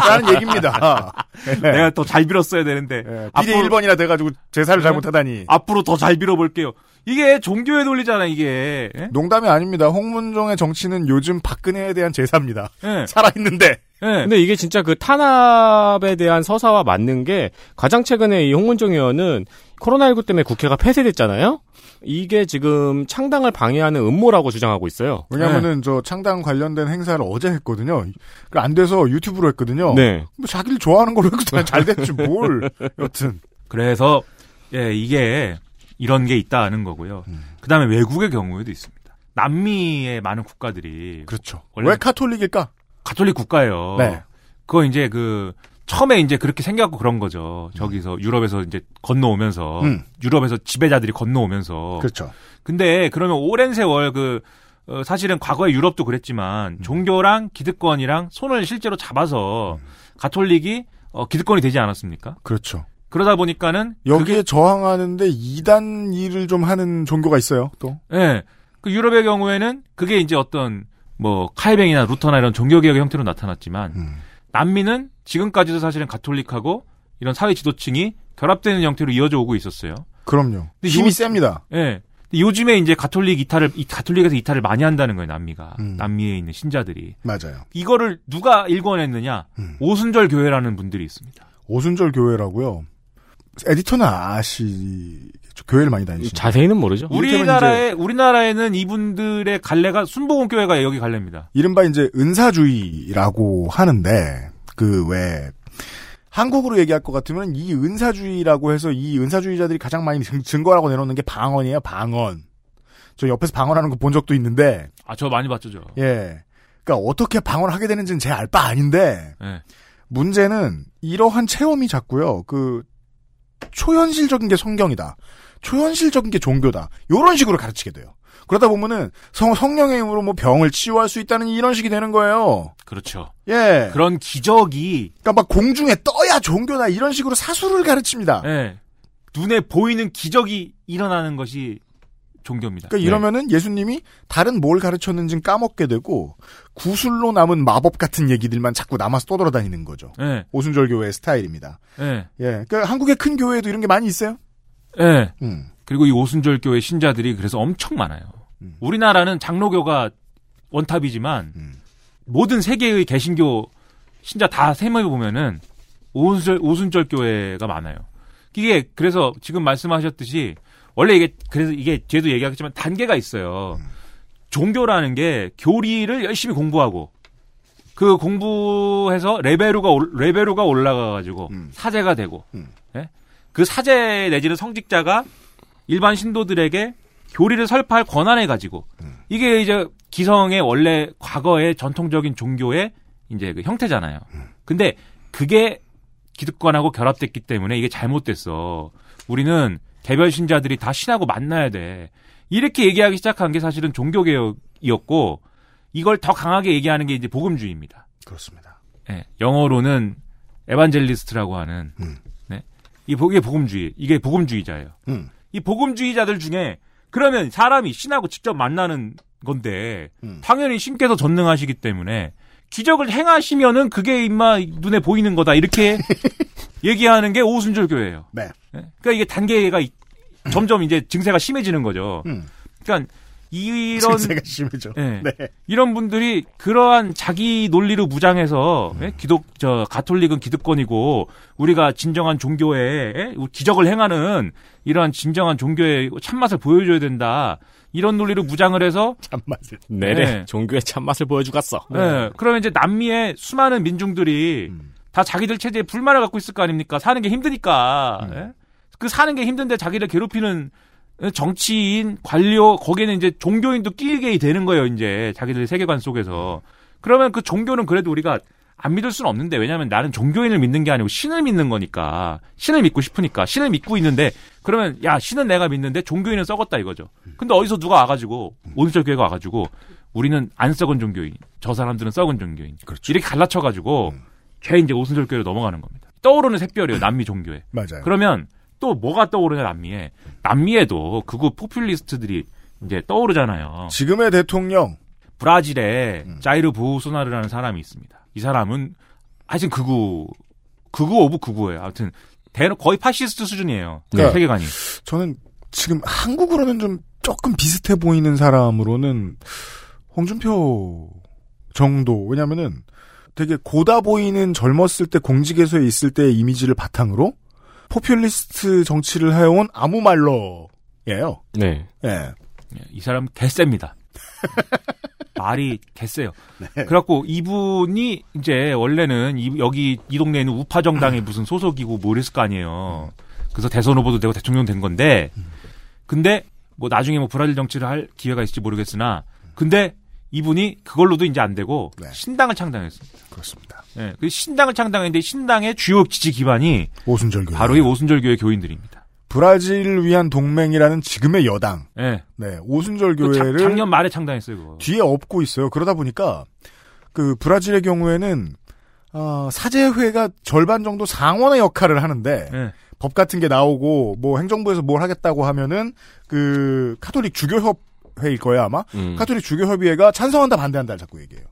B: 라는 얘기입니다. 네. 예,
H: 내가 더 잘 빌었어야 되는데
C: 예.
B: 비례 1번이라 돼가지고 제사를 잘못하다니.
H: 앞으로 더 잘 빌어볼게요. 이게 종교의 논리잖아 이게. 예?
B: 농담이 아닙니다. 홍문종의 정치는 요즘 박근혜에 대한 제사입니다.
H: 예.
B: 살아있는데.
C: 근데 이게 진짜 그 탄압에 대한 서사와 맞는 게 가장 최근에 이 홍문종 의원은 코로나19 때문에 국회가 폐쇄됐잖아요. 이게 지금 창당을 방해하는 음모라고 주장하고 있어요.
B: 왜냐면은 저 창당 관련된 행사를 어제 했거든요. 그 안 돼서 유튜브로
H: 그렇죠.
B: 했거든요.
C: 네.
B: 뭐 자기를 좋아하는 걸로 했거든요. 잘 됐지 뭘. 여튼
H: 그래서 예 이게 이런 게 있다는 거고요. 그다음에 외국의 경우에도 있습니다. 남미의 많은 국가들이
B: 그렇죠.
H: 원래
B: 왜 카톨릭일까?
H: 가톨릭 국가예요.
B: 네.
H: 그거 이제 그 처음에 이제 그렇게 생겨갖고 그런 거죠. 저기서 유럽에서 이제 건너오면서
B: 음.
H: 유럽에서 지배자들이 건너오면서
B: 그렇죠.
H: 근데 그러면 오랜 세월 그 어, 사실은 과거에
B: 음.
H: 유럽도 그랬지만 종교랑 기득권이랑 손을 실제로 잡아서
B: 음.
H: 가톨릭이 어, 기득권이 되지 않았습니까?
B: 그렇죠.
H: 그러다 보니까는
B: 여기에 저항하는데 이단 일을 좀 하는 종교가 있어요. 또
H: 예. 그 유럽의 경우에는 그게 이제 어떤 뭐 칼뱅이나 루터나 이런 종교 개혁의 형태로 나타났지만
B: 음.
H: 남미는 지금까지도 사실은 가톨릭하고 이런 사회 지도층이 결합되는 형태로 이어져 오고 있었어요.
B: 그럼요.
H: 근데
B: 힘이
H: 요-
B: 셉니다.
H: 예. 근데 요즘에 이제 가톨릭 이탈을 이 가톨릭에서 이탈을 많이 한다는 거예요, 남미가.
B: 음.
H: 남미에 있는 신자들이.
B: 맞아요.
H: 이거를 누가 일궈냈느냐?
B: 음.
H: 오순절 교회라는 분들이 있습니다.
B: 오순절 교회라고요. 에디터는 아시겠죠. 교회를 많이 다니시죠.
C: 자세히는 모르죠.
H: 네. 우리나라에 우리나라에는 이분들의 갈래가 순복음 교회가 여기 갈래입니다.
B: 이른바 이제 은사주의라고 하는데 그 왜 한국으로 얘기할 것 같으면 이 은사주의라고 해서 이 은사주의자들이 가장 많이 증- 증거라고 내놓는 게 방언이에요. 방언. 저 옆에서 방언하는 거 본 적도 있는데
H: 아, 저 많이 봤죠, 저.
B: 예. 그러니까 어떻게 방언하게 되는지는 제 알 바 아닌데
H: 예.
B: 문제는 이러한 체험이 자꾸요. 그 초현실적인 게 성경이다. 초현실적인 게 종교다. 요런 식으로 가르치게 돼요. 그러다 보면은 성, 성령의 힘으로 뭐 병을 치유할 수 있다는 이런 식이 되는 거예요.
H: 그렇죠.
B: 예.
H: 그런 기적이
B: 그러니까 막 공중에 떠야 종교다 이런 식으로 사수를 가르칩니다.
H: 예. 눈에 보이는 기적이 일어나는 것이 종교입니다.
B: 그러니까 이러면은 예수님이 다른 뭘 가르쳤는지는 까먹게 되고 구슬로 남은 마법 같은 얘기들만 자꾸 남아서 떠돌아다니는 거죠.
H: 예.
B: 오순절 교회의 스타일입니다.
H: 예.
B: 예. 그러니까 한국의 큰 교회에도 이런 게 많이 있어요.
H: 예.
B: 음.
H: 그리고 이 오순절 교회 신자들이 그래서 엄청 많아요.
B: 음.
H: 우리나라는 장로교가 원탑이지만
B: 음.
H: 모든 세계의 개신교 신자 다 세모해 보면은 오순절 오순절 교회가 많아요. 이게 그래서 지금 말씀하셨듯이 원래 이게 그래서 이게 뒤에도 얘기하겠지만 단계가 있어요. 종교라는 게 교리를 열심히 공부하고 그 공부해서 레벨로가 올- 레벨로가 올라가 가지고
B: 음.
H: 사제가 되고
B: 음.
H: 예? 그 사제 내지는 성직자가 일반 신도들에게 교리를 설파할 권한을 가지고
B: 음.
H: 이게 이제 기성의 원래 과거의 전통적인 종교의 이제 그 형태잖아요. 근데 그게 기득권하고 결합됐기 때문에 이게 잘못됐어. 우리는 개별 신자들이 다 신하고 만나야 돼. 이렇게 얘기하기 시작한 게 사실은 종교 개혁이었고 이걸 더 강하게 얘기하는 게 이제 복음주의입니다.
B: 그렇습니다.
H: 예, 영어로는 에반젤리스트라고 하는
B: 음.
H: 네. 이 보- 이게 복음주의, 이게 복음주의자예요.
B: 음.
H: 이 복음주의자들 중에 그러면 사람이 신하고 직접 만나는 건데
B: 음.
H: 당연히 신께서 전능하시기 때문에 기적을 행하시면은 그게 임마 눈에 보이는 거다 이렇게 얘기하는 게 오순절 교회예요.
B: 네.
H: 예? 그러니까 이게 단계가 이- 점점 이제 증세가 심해지는 거죠.
B: 음.
H: 그러니까 이런
B: 질세가 심해져.
H: 예.
B: 네.
H: 이런 분들이 그러한 자기 논리로 무장해서 예? 기독 저 가톨릭은 기득권이고 우리가 진정한 종교에 예? 기적을 행하는 이러한 진정한 종교의 참맛을 보여줘야 된다 이런 논리로 무장을 해서
B: 참맛을
C: 내래
H: 네.
C: 종교의 참맛을 보여주겠어.
H: 예. 그러면 이제 남미의 수많은 민중들이 다 자기들 체제에 불만을 갖고 있을 거 아닙니까? 사는 게 힘드니까. 예? 그 사는 게 힘든데 자기를 괴롭히는 정치인, 관료, 거기에는 이제 종교인도 끼게 되는 거예요, 이제. 자기들 세계관 속에서. 그러면 그 종교는 그래도 우리가 안 믿을 수는 없는데, 왜냐면 나는 종교인을 믿는 게 아니고 신을 믿는 거니까. 신을 믿고 싶으니까. 신을 믿고 있는데, 그러면, 야, 신은 내가 믿는데 종교인은 썩었다 이거죠. 근데 어디서 누가 와가지고, 오늘절 교회가 와가지고, 우리는 안 썩은 종교인, 저 사람들은 썩은 종교인. 이렇게 갈라쳐가지고, 걔 이제 오순절 교회로 넘어가는 겁니다. 떠오르는 샛별이에요, 남미 종교에.
B: 맞아요.
H: 그러면 또 뭐가 떠오르냐, 남미에. 남미에도 그거 포퓰리스트들이 이제 떠오르잖아요.
B: 지금의 대통령.
H: 브라질에 자이르 보소나르라는 사람이 있습니다. 이 사람은 하여튼 극우, 극우 오브 극우예요. 아무튼 대로 거의 파시스트 수준이에요.
B: 네.
H: 세계관이.
B: 저는 지금 한국으로는 좀 조금 비슷해 보이는 사람으로는 홍준표 정도. 왜냐면은 되게 고다 보이는 젊었을 때 공직에서 있을 때의 이미지를 바탕으로 포퓰리스트 정치를 해온 아무 말러예요.
C: 네.
B: 예.
H: 이 사람 개셉니다. 말이 개세요.
B: 네.
H: 그래갖고 이분이 이제 원래는 이- 여기 이 동네에는 우파 정당의 무슨 소속이고 뭐 이랬을 거 아니에요. 그래서 대선 후보도 되고 대통령 된 건데, 근데 뭐 나중에 뭐 브라질 정치를 할 기회가 있을지 모르겠으나, 근데 이분이 그걸로도 이제 안 되고
B: 네.
H: 신당을 창당했습니다.
B: 그렇습니다.
H: 예, 그 신당을 창당했는데 신당의 주요 지지 기반이
B: 오순절 교회.
H: 바로 이 오순절 교회 교인들입니다.
B: 브라질 위한 동맹이라는 지금의 여당.
H: 예.
B: 네, 오순절
H: 또 작-
B: 교회를
H: 작년 말에 창당했어요 그거.
B: 뒤에 업고 있어요. 그러다 보니까 그 브라질의 경우에는 어, 사제회가 절반 정도 상원의 역할을 하는데
H: 네.
B: 법 같은 게 나오고 뭐 행정부에서 뭘 하겠다고 하면은 그 카톨릭 주교협 회일 거예요 아마
L: 음.
B: 카톨릭 주교협의회가 찬성한다 반대한다 자꾸 얘기해요.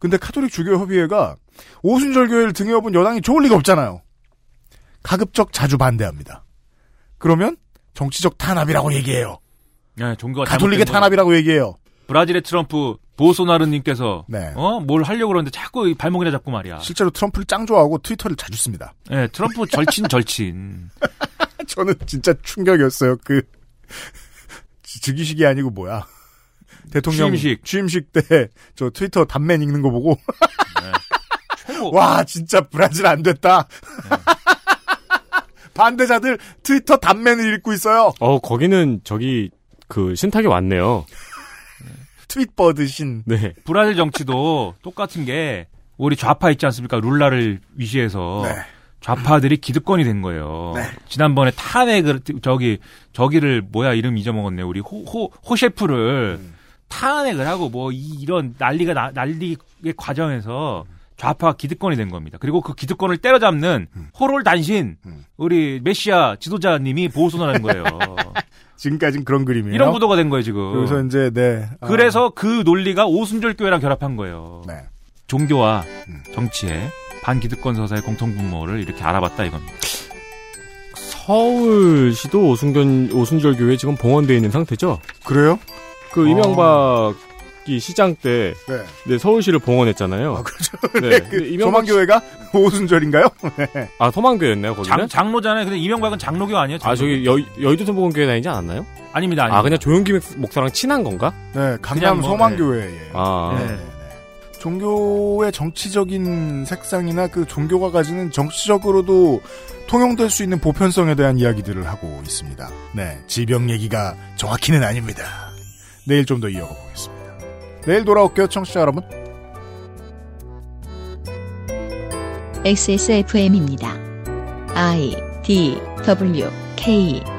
B: 근데 카톨릭 주교협의회가 오순절 교회를 등에 업은 여당이 좋을 리가 없잖아요. 가급적 자주 반대합니다. 그러면 정치적 탄압이라고 얘기해요.
H: 예, 종교가
B: 가톨릭의
H: 잘못된 거예요.
B: 탄압이라고 얘기해요.
H: 브라질의 트럼프 보소나르님께서
B: 네.
H: 어? 뭘 하려고 그러는데 자꾸 이 발목이나 잡고 말이야.
B: 아. 실제로 트럼프를 짱 좋아하고 트위터를 자주 씁니다.
H: 예, 트럼프 절친 절친.
B: 저는 진짜 충격이었어요. 그 지- 즉위식이 아니고 뭐야 대통령
H: 취임식.
B: 때 저 트위터 단맨 읽는 거 보고
H: 네. 최고. 네.
B: 와 진짜 브라질 안 됐다. 반대자들 트위터 단맨을 읽고 있어요.
C: 어, 거기는 저기 그 신탁이 왔네요.
B: 트윗버드 신.
C: 네.
H: 브라질 정치도 똑같은 게 우리 좌파 있지 않습니까? 룰라를 위시해서
B: 네.
H: 좌파들이 기득권이 된 거예요. 지난번에 탄핵을 저기 저기를 뭐야 이름 잊어먹었네. 우리 호호 호셰프를
B: 음.
H: 탄핵을 하고 뭐 이, 런 난리가 나- 난리의 과정에서 좌파 기득권이 된 겁니다. 그리고 그 기득권을 때려잡는
B: 음.
H: 호롤 단신 우리 메시아 지도자님이 보호소나라는 거예요.
B: 지금까지는 그런 그림이에요.
H: 이런 구도가 된 거예요 지금.
B: 여기서 이제 네 아,
C: 어.
H: 그래서 그 논리가 오순절 교회랑 결합한 거예요.
C: 네.
H: 종교와
C: 음.
H: 정치의 반기득권 서사의 공통 분모를 이렇게 알아봤다 이겁니다.
C: 어, 서울시도 오순견 오순절 교회 지금 봉헌돼 있는 상태죠?
B: 그래요?
C: 그 이명박이 시장 때
B: 네.
C: 네, 서울시를 봉헌했잖아요. 네.
B: 그 소망교회가 오순절인가요? 네.
C: 아 서만교였나요 거기는?
H: 장, 장로잖아요. 근데 이명박은 장로교 아니에요?
C: 아 저기 여, 여의도 성모교회 다니지 않았나요?
H: 아닙니다.
C: 아 그냥 조용기 목사랑 친한 건가?
B: 네,
H: 뭐,
B: 강남 소망교회예요.
C: 아.
B: 네, 네. 종교의 정치적인 색상이나 그 종교가 가지는 정치적으로도 통용될 수 있는 보편성에 대한 이야기들을 하고 있습니다. 네, 질병 얘기가 정확히는 아닙니다. 내일 좀 더 이어가 보겠습니다. 내일 돌아올게요, 청취자 여러분.
A: XSFM입니다. I D W K